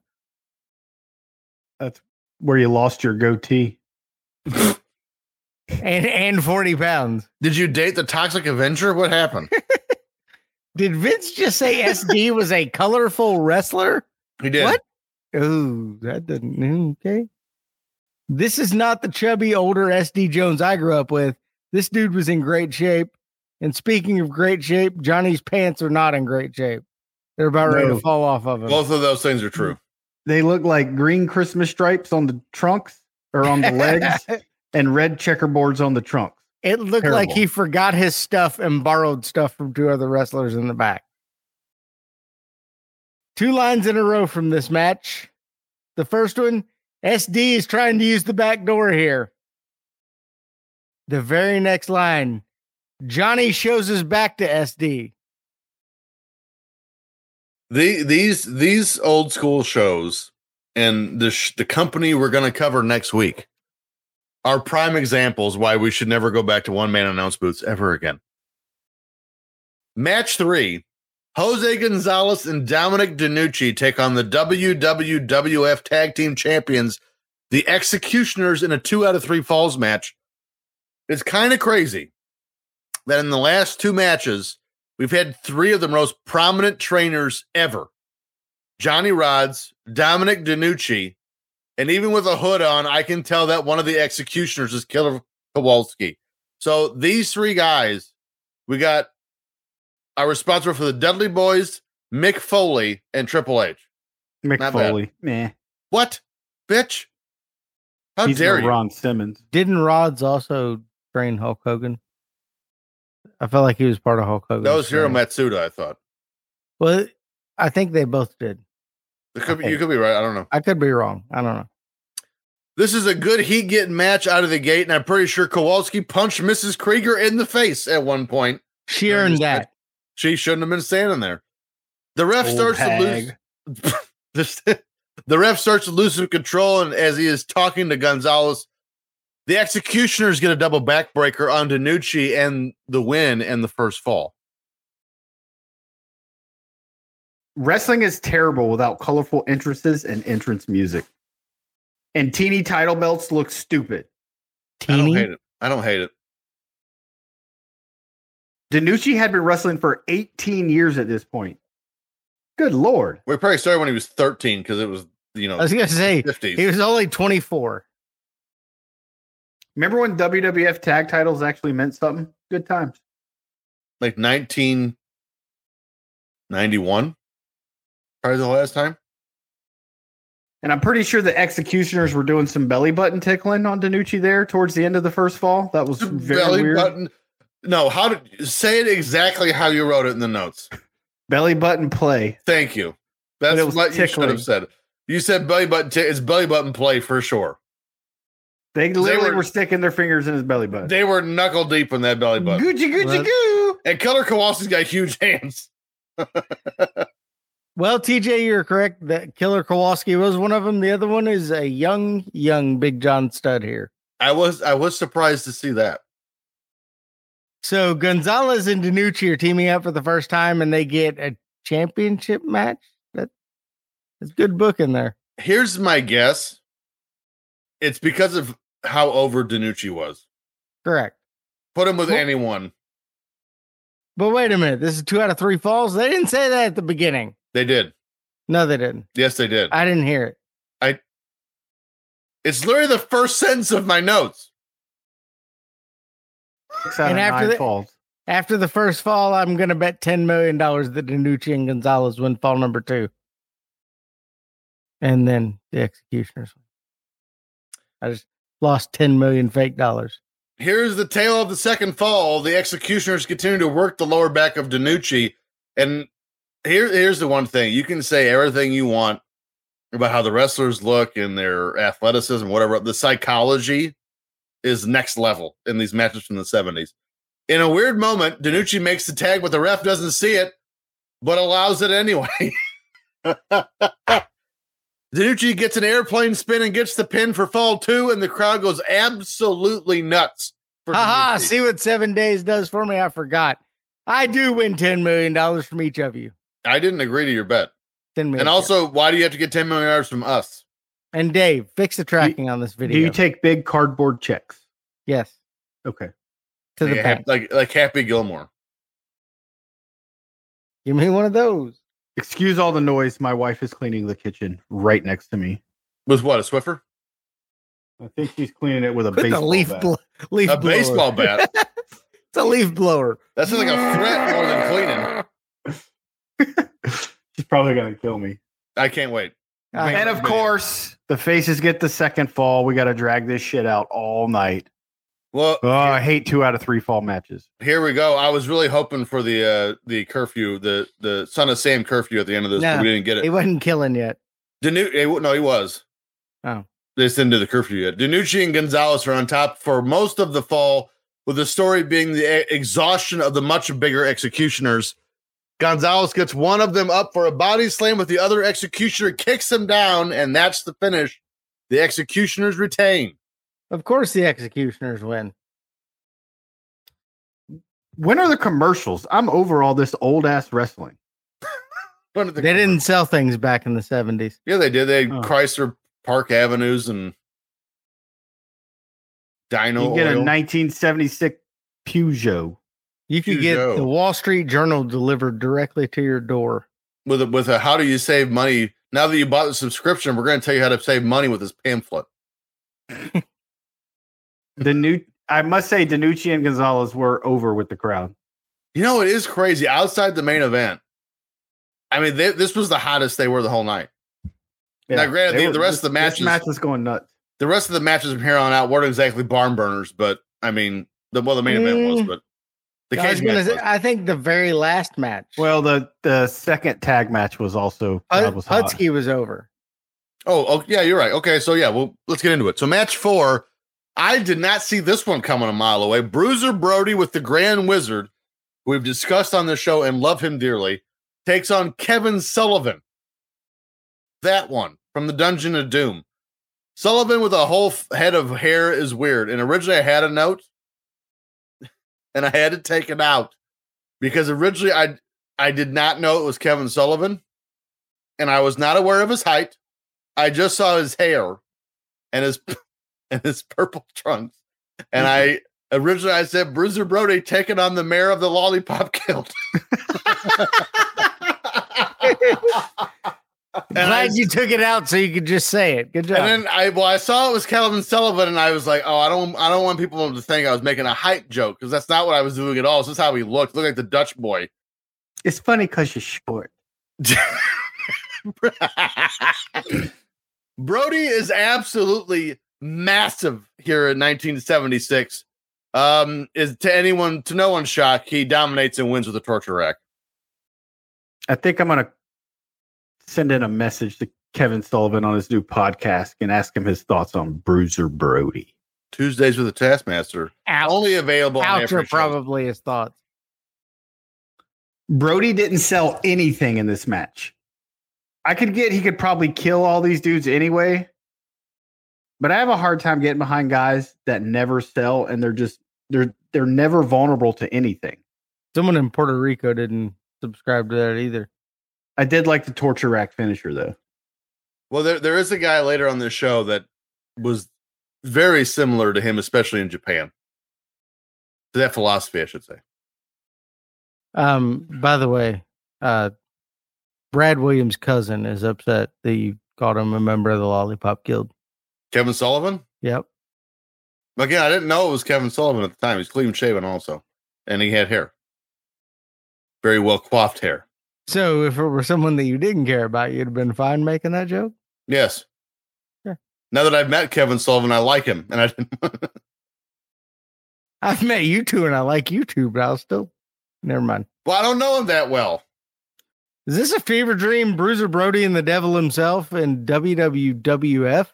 Where you lost your goatee?
And and 40 pounds.
Did you date the Toxic Avenger? What happened?
Did Vince just say SD was a colorful wrestler?
He did.
What? Oh, that doesn't mm, okay. This is not the chubby older SD Jones I grew up with. This dude was in great shape. And speaking of great shape, Johnny's pants are not in great shape. They're about ready to
No.
fall off of him.
Both of those things are true.
They look like green Christmas stripes on the trunks or on the legs and red checkerboards on the trunks.
it looked like
terrible.
he forgot his stuff and borrowed stuff from two other wrestlers in the back. Two lines in a row from this match. The first one, SD is trying to use the back door here. The very next line, Johnny shows his back to SD.
the these these old school shows and the sh- the company we're going to cover next week are prime examples why we should never go back to one man announce booths ever again. Match three: Jose Gonzalez and Dominic DiNucci take on the WWWF Tag Team Champions, the Executioners, in a two out of three falls match. It's kind of crazy that in the last two matches. We've had three of the most prominent trainers ever Johnny Rods, Dominic DiNucci, And even with a hood on, I can tell that one of the executioners is Killer Kowalski. So these three guys, we got are responsible for the Dudley Boys, Mick Foley, and Triple H.
Mick
Not bad.
Foley. Meh.
What, bitch? How
He's
dare
no
you?
Ron Simmons.
Didn't Rods also train Hulk Hogan? I felt like he was part of Hulk Hogan.
That was Hiro Matsuda, I thought.
Well, I think they both did.
It could be-
Okay.
You could be right. I don't know.
I could be wrong. I don't know.
This is a good heat getting match out of the gate, and I'm pretty sure Kowalski punched Mrs. Krieger in the face at one point.
She
I'm
earned
just-
that.
She shouldn't have been standing there. The ref
Old
starts
hag.
to lose. This- the ref starts to lose some control, and as he is talking to Gonzalez, the executioners get a double backbreaker on Danucci and the win and the first fall.
Wrestling is terrible without colorful entrances and entrance music. And teeny title belts look stupid.
I don't hate
Teeny.
it. I don't hate it.
Danucci had been wrestling for 18 years at this point. Good lord.
We probably started when he was 13 because it was you know
I was gonna say
50s.
he was only 24.
Remember when WWF tag titles actually meant something? Good times.
like 1991 probably the last time
And I'm pretty sure the executioners were doing some belly button tickling on Danucci there towards the end of the first fall. That was very
belly
weird.
button no how did say it exactly how you wrote it in the notes
Belly button play.
thank you
But
that's
it was
what you should
tickling.
have said you said belly button t- it's belly button play for sure
They literally
were-
were, sticking their fingers in his belly button.
they were knuckle deep in that belly button
Gucci, Gucci,
Well-
goo.
and color kowalski's got huge hands
Well, TJ, you're correct. That Killer Kowalski was one of them. The other one is a young, young Big John Stud here.
i was i was surprised to see that
So Gonzalez and Danucci are teaming up for the first time, and they get a championship match. That that's good book in there.
here's my guess it's because of how over danucci was
Correct.
put him with
Well-
anyone
But wait a minute. This is two out of three falls. They didn't say that at the beginning.
they did
No, they didn't.
yes they did
I didn't hear it.
It's literally the first sentence of my notes.
Six out
And
of
after
nine
that-
falls.
After the first fall, I'm going to bet $10 million that Danucci and Gonzalez win fall number two. And then the executioners. I just lost 10 million fake dollars.
Here's the tale of the second fall. The executioners continue to work the lower back of Danucci. And here, here's the one thing you can say everything you want about how the wrestlers look and their athleticism, whatever. The psychology is next level in these matches from the 70s. In a weird moment, Danucci makes the tag, but the ref doesn't see it, but allows it anyway. Danucci gets an airplane spin and gets the pin for fall two, and the crowd goes absolutely nuts. for
Haha,
Danucci.
see what seven days does for me? I forgot. I do win $10 million from each of you.
I didn't agree to your bet.
10 million.
And also, why do you have to get $10 million from us?
and Dave, fix the tracking on this video.
Do you take big cardboard checks?
yes,
Okay.
to the
Like,
bank.
like, like Happy Gilmore.
Give me one of those.
Excuse all the noise. My wife is cleaning the kitchen right next to me.
Was what, a Swiffer?
I think she's cleaning it with a
Put the
baseball
leaf,
bat.
bl- leaf
A
blower.
baseball bat.
It's a leaf blower.
That sounds like a threat more than cleaning.
She's probably gonna kill me.
I can't wait.
Uh,
And of course, the faces get the second fall. We got to drag this shit out all night.
Well,
Oh, I hate two out of three fall matches.
here we go. I was really hoping for the uh the curfew, the the son of Sam curfew at the end of this, but
No,
we didn't get
He
it.
wasn't killing yet.
Danu- eh, no, he was.
Oh.
They just didn't do the curfew yet. Danucci and Gonzalez are on top for most of the fall, with the story being the e- exhaustion of the much bigger executioners. Gonzalez gets one of them up for a body slam, but the other executioner kicks him down, and that's the finish. The executioners retain.
Of course, the executioners win.
When are the commercials? I'm over all this old ass wrestling.
One of the-
They didn't sell things back in the 70s.
Yeah, they did. They
Oh.
Chrysler Park Avenues and Dino.
you get a
Oil.
1976 Peugeot.
You could get
Peugeot.
the Wall Street Journal delivered directly to your door.
with a, with a how do you save money Now that you bought the subscription, we're going to tell you how to save money with this pamphlet.
The new, I must say, Danucci and Gonzalez were over with the crowd.
You know, it is crazy. Outside the main event, I mean, they, this was the hottest they were the whole night. Now, granted,
they
the- the rest of the
this-
matches-
this match is going nuts.
The rest of the matches from here on out weren't exactly barn burners, but I mean, the well, the main event was,
Mm.
but the
I, was
cage
gonna
match.
say,
was.
I think the very last match,
Well, the the second tag match was also that was hot.
Hutsky was over.
Oh, oh, yeah, you're right. Okay, so yeah, well, let's get into it. So match four, I did not see this one coming a mile away. Bruiser Brody with the Grand Wizard, who we've discussed on the show and love him dearly, takes on Kevin Sullivan. That one from the Dungeon of Doom. Sullivan with a whole f- head of hair is weird. And originally I had a note, and I had to take it out because originally I I did not know it was Kevin Sullivan, and I was not aware of his height. I just saw his hair and his and his purple trunks. And I originally I said Bruiser Brody taking on the mayor of the lollipop guild. and, I,
Glad you took it out so you could just say it. Good job.
and then I well I saw it was Calvin Sullivan and I was like, oh, I don't I don't want people to think I was making a height joke because that's not what I was doing at all. This is how he looked. Looked like the Dutch boy.
It's funny because you're short.
Brody is absolutely massive here in 1976. Um, is to anyone to no one's shock, he dominates and wins with a torture rack.
I think I'm gonna send in a message to Kevin Sullivan on his new podcast and ask him his thoughts on Bruiser Brody.
Tuesdays with the Taskmaster,
Ouch.
only available. on
Ouch
after
are
shows.
probably his thoughts.
Brody didn't sell anything in this match. I could get he could probably kill all these dudes anyway. But I have a hard time getting behind guys that never sell and they're just they're they're never vulnerable to anything.
Someone in Puerto Rico didn't subscribe to that either.
I did like the torture rack finisher though.
Well, there there is a guy later on this show that was very similar to him, especially in Japan. To that philosophy, I should say.
Um, by the way, uh, Brad Williams' cousin is upset that you called him a member of the Lollipop Guild.
Kevin Sullivan.
Yep.
Again, I didn't know it was Kevin Sullivan at the time. He's clean shaven also, and he had hair, very well coiffed hair.
So if it were someone that you didn't care about, you'd have been fine making that joke.
Yes.
Sure.
Now that I've met Kevin Sullivan, I like him, and I didn't.
I've met you two and I like you two, but I'll still never mind.
well, I don't know him that well.
Is this a fever dream, Bruiser Brody and the Devil himself and WWWF?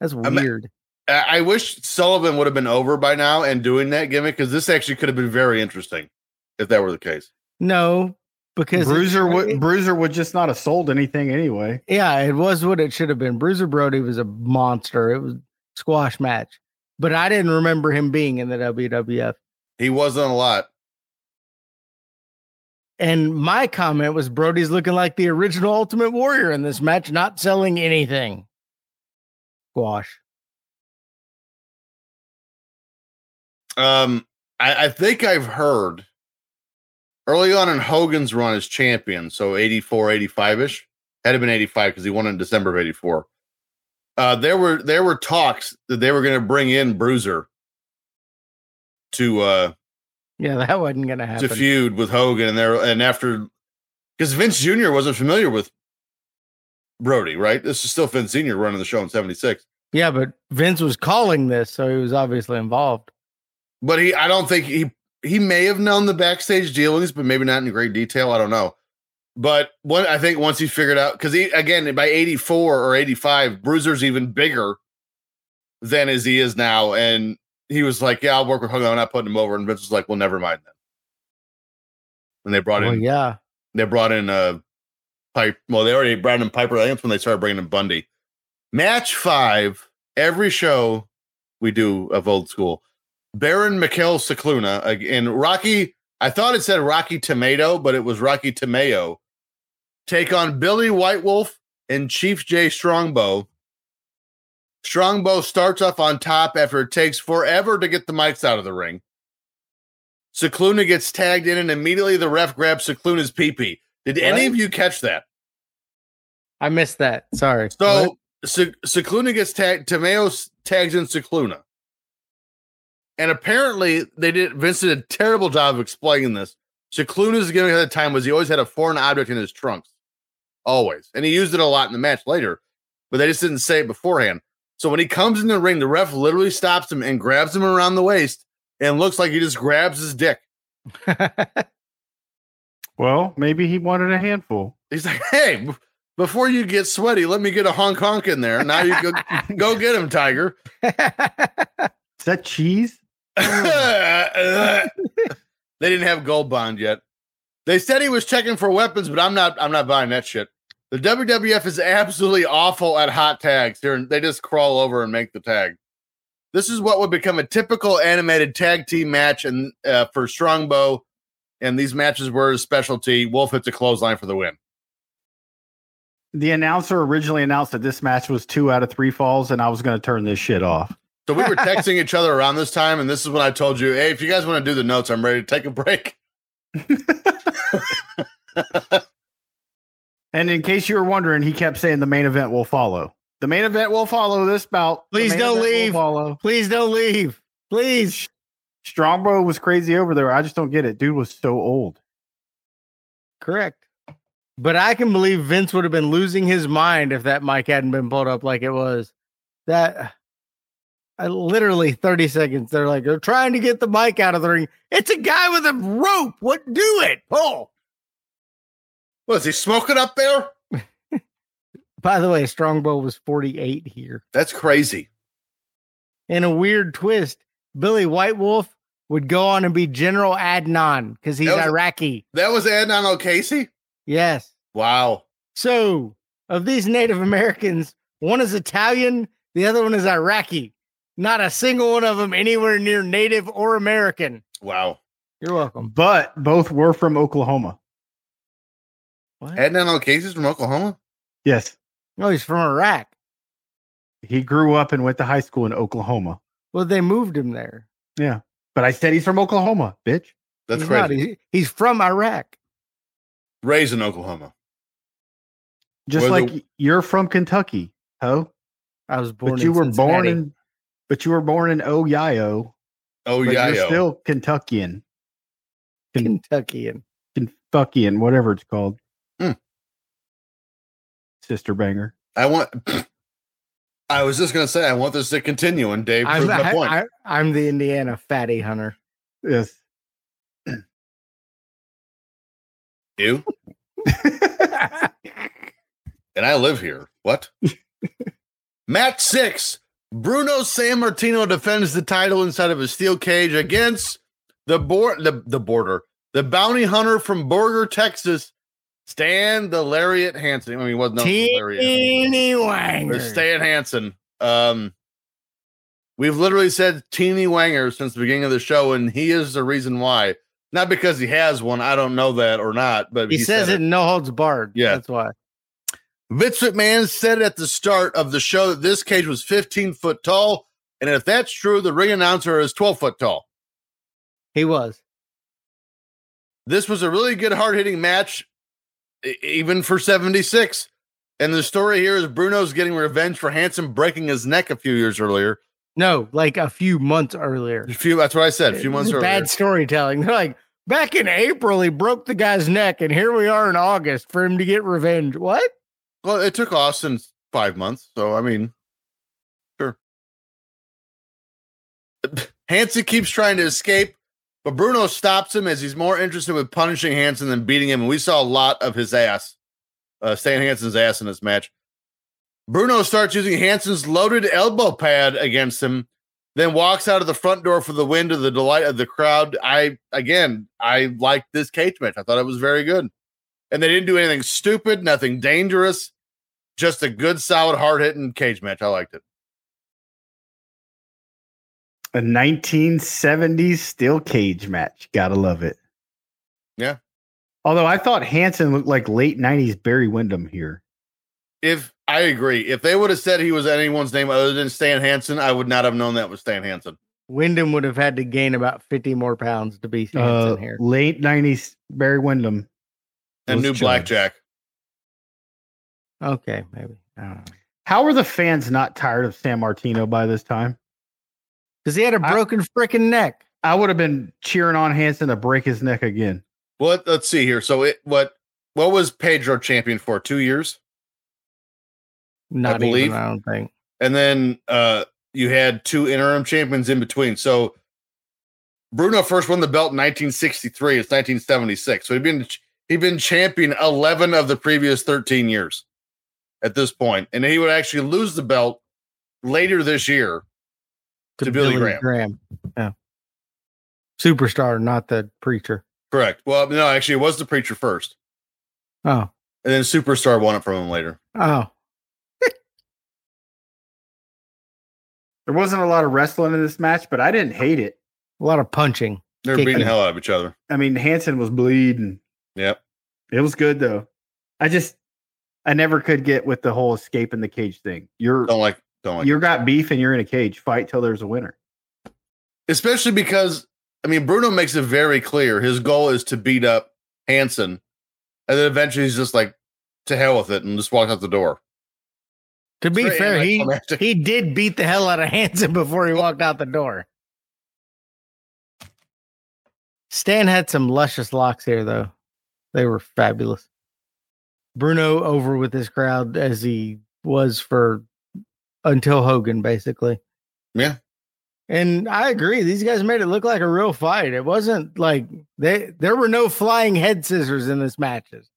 That's
I'm-
weird.
I, I wish Sullivan would have been over by now and doing that gimmick because this actually could have been very interesting if that were the case.
no, because
Bruiser would
would.
Bruiser would just not have sold anything anyway.
Yeah, it was what it should have been. Bruiser Brody was a monster. It was squash match, but I didn't remember him being in the WWF.
He wasn't a lot.
And my comment was Brody's looking like the original Ultimate Warrior in this match, not selling anything. Squash.
Um, I, I think I've heard early on in Hogan's run as champion, so 84, 85 ish, had to been 85 because he won in December of 84. Uh, there were there were talks that they were going to bring in Bruiser to uh
Yeah, that wasn't gonna happen.
to feud with Hogan, and there and after because Vince Jr. wasn't familiar with Brody, right? This is still Vince Sr. running the show in '76,
yeah, but Vince was calling this, so he was obviously involved.
but he, I don't think he he may have known the backstage dealings, but maybe not in great detail. I don't know. But what I think once he figured out, because he again by '84 or '85, Bruiser's even bigger than as he is now, and he was like, "Yeah, I'll work with Hogan. I'm not putting him over." And Vince was like, "Well, never mind then." And they brought
Well,
in
yeah.
they brought in uh pipe well they already brought in piper i think that's when they started bringing in bundy match five every show we do of old school baron Mikhail Cicluna ag- and rocky i thought it said rocky tomato but it was rocky tomato take on billy white wolf and chief j strongbow strongbow starts off on top after it takes forever to get the mics out of the ring Cicluna gets tagged in, and immediately the ref grabs Cicluna's pee pee. Did any of you catch that?
I missed that. Sorry. What?
So Se- Cicluna gets tagged. Tomeo s- tags in Cicluna, and apparently they did. Vincent did a terrible job of explaining this. Cicluna's gimmick at the time was he always had a foreign object in his trunks, always, and he used it a lot in the match later, but they just didn't say it beforehand. So when he comes in the ring, the ref literally stops him and grabs him around the waist, and looks like he just grabs his dick.
Well, maybe he wanted a handful.
He's like, "Hey, b- before you get sweaty, let me get a honk honk in there. Now you go go get him, Tiger."
Is that cheese?
they didn't have gold bond yet. They said he was checking for weapons, but I'm not. I'm not buying that shit. The WWF is absolutely awful at hot tags. They're, they just crawl over and make the tag. This is what would become a typical animated tag team match, and uh, for Strongbow, and these matches were his specialty. Wolf hits a clothesline for the win.
The announcer originally announced that this match was two out of three falls, and I was going to turn this shit off.
So we were texting each other around this time, and this is when I told you, "Hey, if you guys want to do the notes, I'm ready to take a break."
And in case you were wondering, he kept saying the main event will follow. The main event will follow this bout. The
Please
main
don't
event will
leave.
Follow.
Please don't leave. Please.
Strongbow was crazy over there. I just don't get it. Dude was so old.
Correct. But I can believe Vince would have been losing his mind if that mic hadn't been pulled up like it was. That I literally 30 seconds. They're like, they're trying to get the mic out of the ring. It's a guy with a rope. What do it? Pull.
Was he smoking up there?
By the way, Strongbow was 48 here.
That's crazy.
in a weird twist, Billy White Wolf would go on and be General Adnan because he's
That was-
Iraqi.
That was Adnan O'Casey.
Yes.
Wow.
So, of these Native Americans, one is Italian, the other one is Iraqi. Not a single one of them anywhere near Native or American.
Wow.
You're welcome.
But both were from Oklahoma.
Adnan O'Casey's from Oklahoma?
Yes.
No, Oh, he's from Iraq.
He grew up and went to high school in Oklahoma.
Well, they moved him there.
But I said he's from Oklahoma, bitch.
That's
he's
crazy.
not. He- he's from Iraq.
Raised in Oklahoma.
Just
Well,
like
the-
you're from Kentucky, ho.
I was born.
But you
in
were born
Cincinnati.
in but you were born in Ohio.
Oh,
but
yeah.
You're
yo.
still Kentuckian. Ken-
Kentucky, and
Kentuckian, whatever it's called.
Mm.
Sister banger.
I want. I was just going to say, I want this to continue, and Dave
I'm,
proved my point.
I, I, I'm the Indiana fatty hunter.
Yes.
you? and I live here. What? Match six. Bruno San Martino defends the title inside of a steel cage against the board the, the border. The bounty hunter from Borger, Texas, Stan the Lariat Hansen. I mean, wasn't Lariat.
Teeny
It was
wanger.
Stan Hansen. Um We've literally said teeny wanger since the beginning of the show, and he is the reason why. Not because he has one. I don't know that or not, but
he, says
said
it in no holds barred.
Yeah.
that's why.
Vince McMahon said at the start of the show that this cage was 15 foot tall. And if that's true, the ring announcer is 12 foot tall.
He was.
This was a really good, hard hitting match, e- even for 76. And the story here is Bruno's getting revenge for Hanson breaking his neck a few years earlier.
No, like a few months earlier.
A few, that's what I said, a few months
Bad
earlier.
storytelling. They're like, back in April, he broke the guy's neck, and here we are in August for him to get revenge. What?
Well, it took Austin five months, so I mean, sure. Hanson keeps trying to escape, but Bruno stops him as he's more interested with punishing Hanson than beating him. And we saw a lot of his ass, uh, Stan Hanson's ass in this match. Bruno starts using Hanson's loaded elbow pad against him, then walks out of the front door for the win to the delight of the crowd. I again, I liked this cage match. I thought it was very good and they didn't do anything stupid, nothing dangerous, just a good, solid, hard hitting cage match. I liked it.
A 1970s steel cage match. Gotta love it.
Yeah.
Although I thought Hanson looked like late 90s Barry Windham here.
If I agree, if they would have said he was anyone's name other than Stan Hansen, I would not have known that was Stan Hansen.
Wyndham would have had to gain about 50 more pounds to be Hanson
Uh,
here.
late 90s Barry Wyndham.
And
was
new
Chubbs.
Blackjack.
Okay, maybe. I don't know.
How are the fans not tired of San Martino by this time?
Because he had a
I-
broken freaking neck.
I would have been cheering on Hanson to break his neck again.
What? Let's see here. So it what what was Pedro champion for? Two years,
Not
believe-
even. I don't think.
and then uh you had two interim champions in between. So Bruno first won the belt in 1963. It's 1976. So he'd been he'd been champion 11 of the previous 13 years at this point, and he would actually lose the belt later this year. To Billy Graham.
Yeah. Superstar, not the preacher.
Correct. Well, no, actually, it was the preacher first,
Oh,
and then Superstar won it from him later.
oh,
There wasn't a lot of wrestling in this match, but I didn't hate it.
a lot of punching.
They're
Kicking.
beating the hell out of each other.
I mean, Hanson was bleeding.
Yep.
It was good though. I just I never could get with the whole escape in the cage thing. You're
Don't like don't like
you're got beef and you're in a cage. Fight till there's a winner.
especially because I mean Bruno makes it very clear his goal is to beat up Hanson, and then eventually he's just like, "To hell with it," and just walks out the door.
To be
Straight
fair,
in,
he
like, some-
he did beat the hell out of Hanson before he walked out the door. Stan had some luscious locks here, though. They were fabulous. Bruno over with his crowd as he was for until Hogan, basically.
Yeah.
And I agree. These guys made it look like a real fight. It wasn't like they there were no flying head scissors in this matches.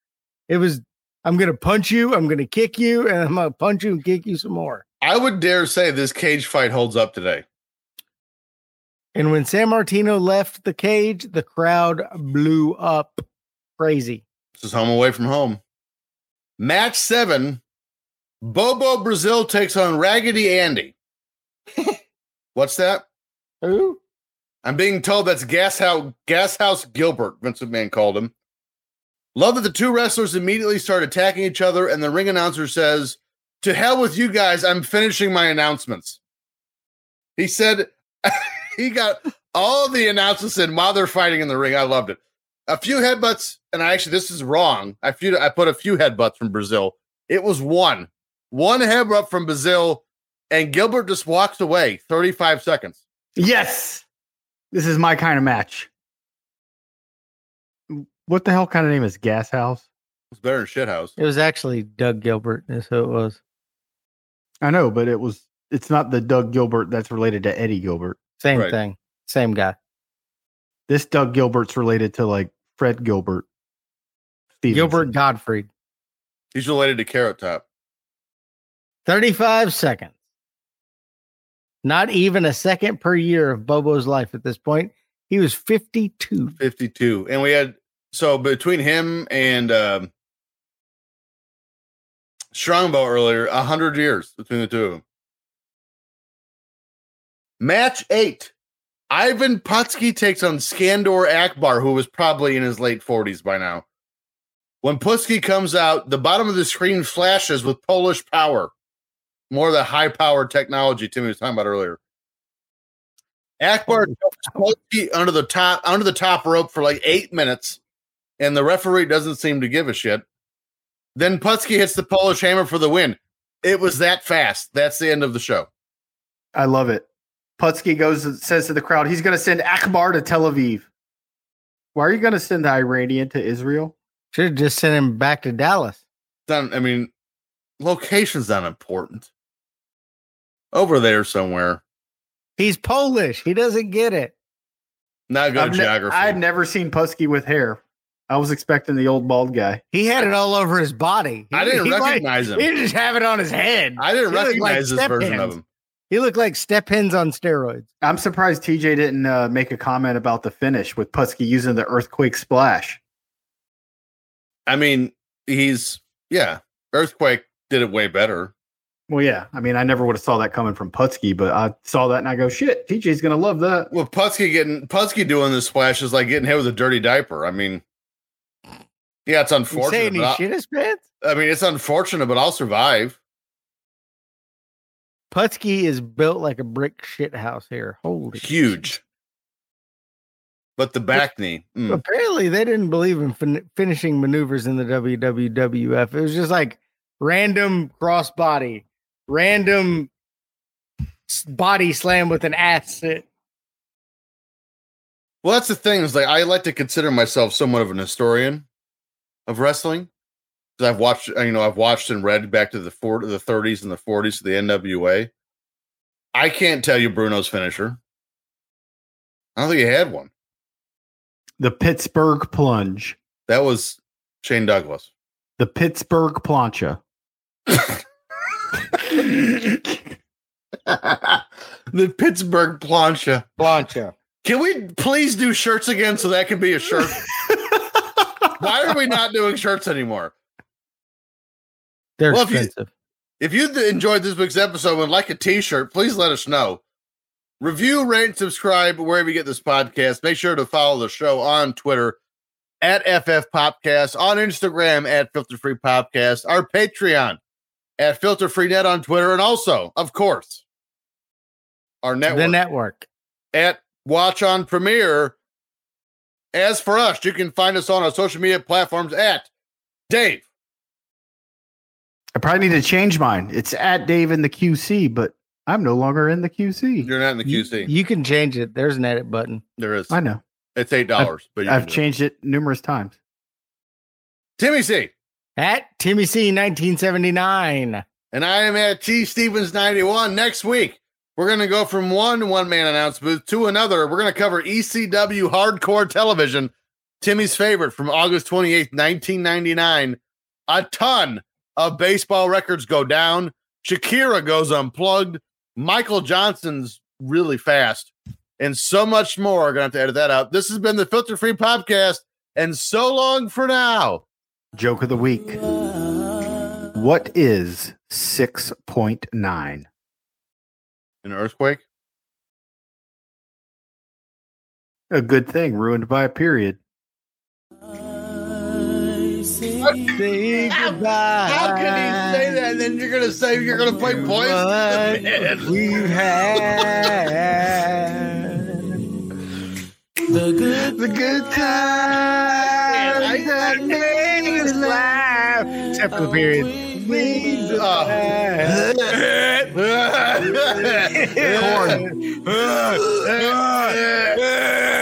It was I'm gonna punch you, I'm gonna kick you, and I'm gonna punch you and kick you some more.
I would dare say this cage fight holds up today.
And when San Martino left the cage, the crowd blew up crazy.
This is home away from home. Match seven, Bobo Brazil takes on Raggedy Andy. What's that?
Who?
I'm being told that's Gas House, Gas House Gilbert, Vince McMahon called him. Love that the two wrestlers immediately start attacking each other, and the ring announcer says, To hell with you guys, I'm finishing my announcements. He said, He got all the announcements in while they're fighting in the ring. I loved it. A few headbutts, and I actually, this is wrong. I, few, I put a few headbutts from Brazil. It was one. One headbutt from Brazil, and Gilbert just walked away 35 seconds.
Yes. This is my kind of match. What the hell kind of name is Gas House?
It's better than Shithouse.
It was actually Doug Gilbert, is who it was.
I know, but it was it's not the Doug Gilbert that's related to Eddie Gilbert.
Same
Right.
thing, same guy.
This Doug Gilbert's related to like Fred Gilbert. Stevenson.
Gilbert Gottfried.
He's related to Carrot Top.
35 seconds. Not even a second per year of Bobo's life at this point. He was 52.
52 and we had so between him and um strongbow earlier 100 years between the two of them match eight ivan Putski takes on skandor akbar who was probably in his late 40s by now when Putski comes out the bottom of the screen flashes with polish power more of the high power technology timmy was talking about earlier akbar Putski under the top under the top rope for like eight minutes, and the referee doesn't seem to give a shit. Then Putski hits the Polish hammer for the win. It was that fast. That's the end of the show.
I love it. Putski goes and says to the crowd, he's going to send Akbar to Tel Aviv. Why are you going to send the Iranian to Israel?
Should have just sent him back to Dallas.
Done. I mean, location's not important. Over there somewhere.
He's Polish. He doesn't get it.
Not good
I've
at
ne-
geography.
I've never seen Putski with hair. I was expecting the old bald guy.
He had it all over his body.
I didn't
He- he might-
recognize
He
him.
just have it on his head.
I didn't
he looked
recognize
like
this
step
version
hands.
of him.
He looked like step hens on steroids.
I'm surprised TJ didn't uh, make a comment about the finish with Putski using the earthquake splash.
I mean, he's yeah. Earthquake did it way better.
Well, yeah. I mean, I never would have saw that coming from Putski, but I saw that and I go, shit, TJ's going to love that.
Well, Putski getting Putski doing this splash is like getting hit with a dirty diaper. I mean, yeah, it's
You saying
unfortunate.
he
but I-
shit his pants?
I, mean, it's unfortunate, but I'll survive.
Putski is built like a brick shit house here. Holy
Huge. But the back knee,
shit.
mm.
Apparently, they didn't believe in fin- finishing maneuvers in the WWWF. It was just like
random crossbody, random s- body slam with an ass. sit.
Well, that's the thing is like I like to consider myself somewhat of an historian of wrestling because I've watched you know I've watched and read back to the four the 30s and the 40s of the NWA. I can't tell you Bruno's finisher. I don't think he had one.
The Pittsburgh plunge.
That was Shane Douglas.
The Pittsburgh plancha.
the Pittsburgh plancha.
Plancha.
Can we please do shirts again so that can be a shirt? Why are we not doing shirts anymore?
They're
Well, if you-
expensive.
If you th- enjoyed this week's episode and like a t-shirt, please let us know. Review, rate, and subscribe wherever you get this podcast. Make sure to follow the show on Twitter at FF Podcast, on Instagram at Filter Free Podcast, our Patreon at Filter Free Net on Twitter, and also, of course, our network
the network.
at Watch on Premiere. As for us, you can find us on our social media platforms at Dave.
I probably need to change mine. It's at Dave in the QC, but I'm no longer in the QC.
You're not in the
You-
QC.
You, can change it. There's an edit button.
there is.
I know.
It's eight dollars, but you
I've
can do it.
changed it numerous times.
Timmy C.
At Timmy C 1979.
And I am at T Stevens 91. Next week, we're going to go from one one man announce booth to another. We're going to cover ECW hardcore television, Timmy's favorite from August 28th, 1999. A ton of baseball records go down. Shakira goes unplugged. Michael Johnson's really fast. And so much more. We're going to have to edit that out. This has been the Filter Free Podcast. And so long for now.
Joke of the week. What is 6.9?
An earthquake?
A good thing ruined by a period.
Say goodbye.
How can he say that? And then you're gonna say you're gonna play
What
points.
we've had. The good, the good times that made us laugh.
Except for the period.
Made us
Oh.
laugh.
Corn.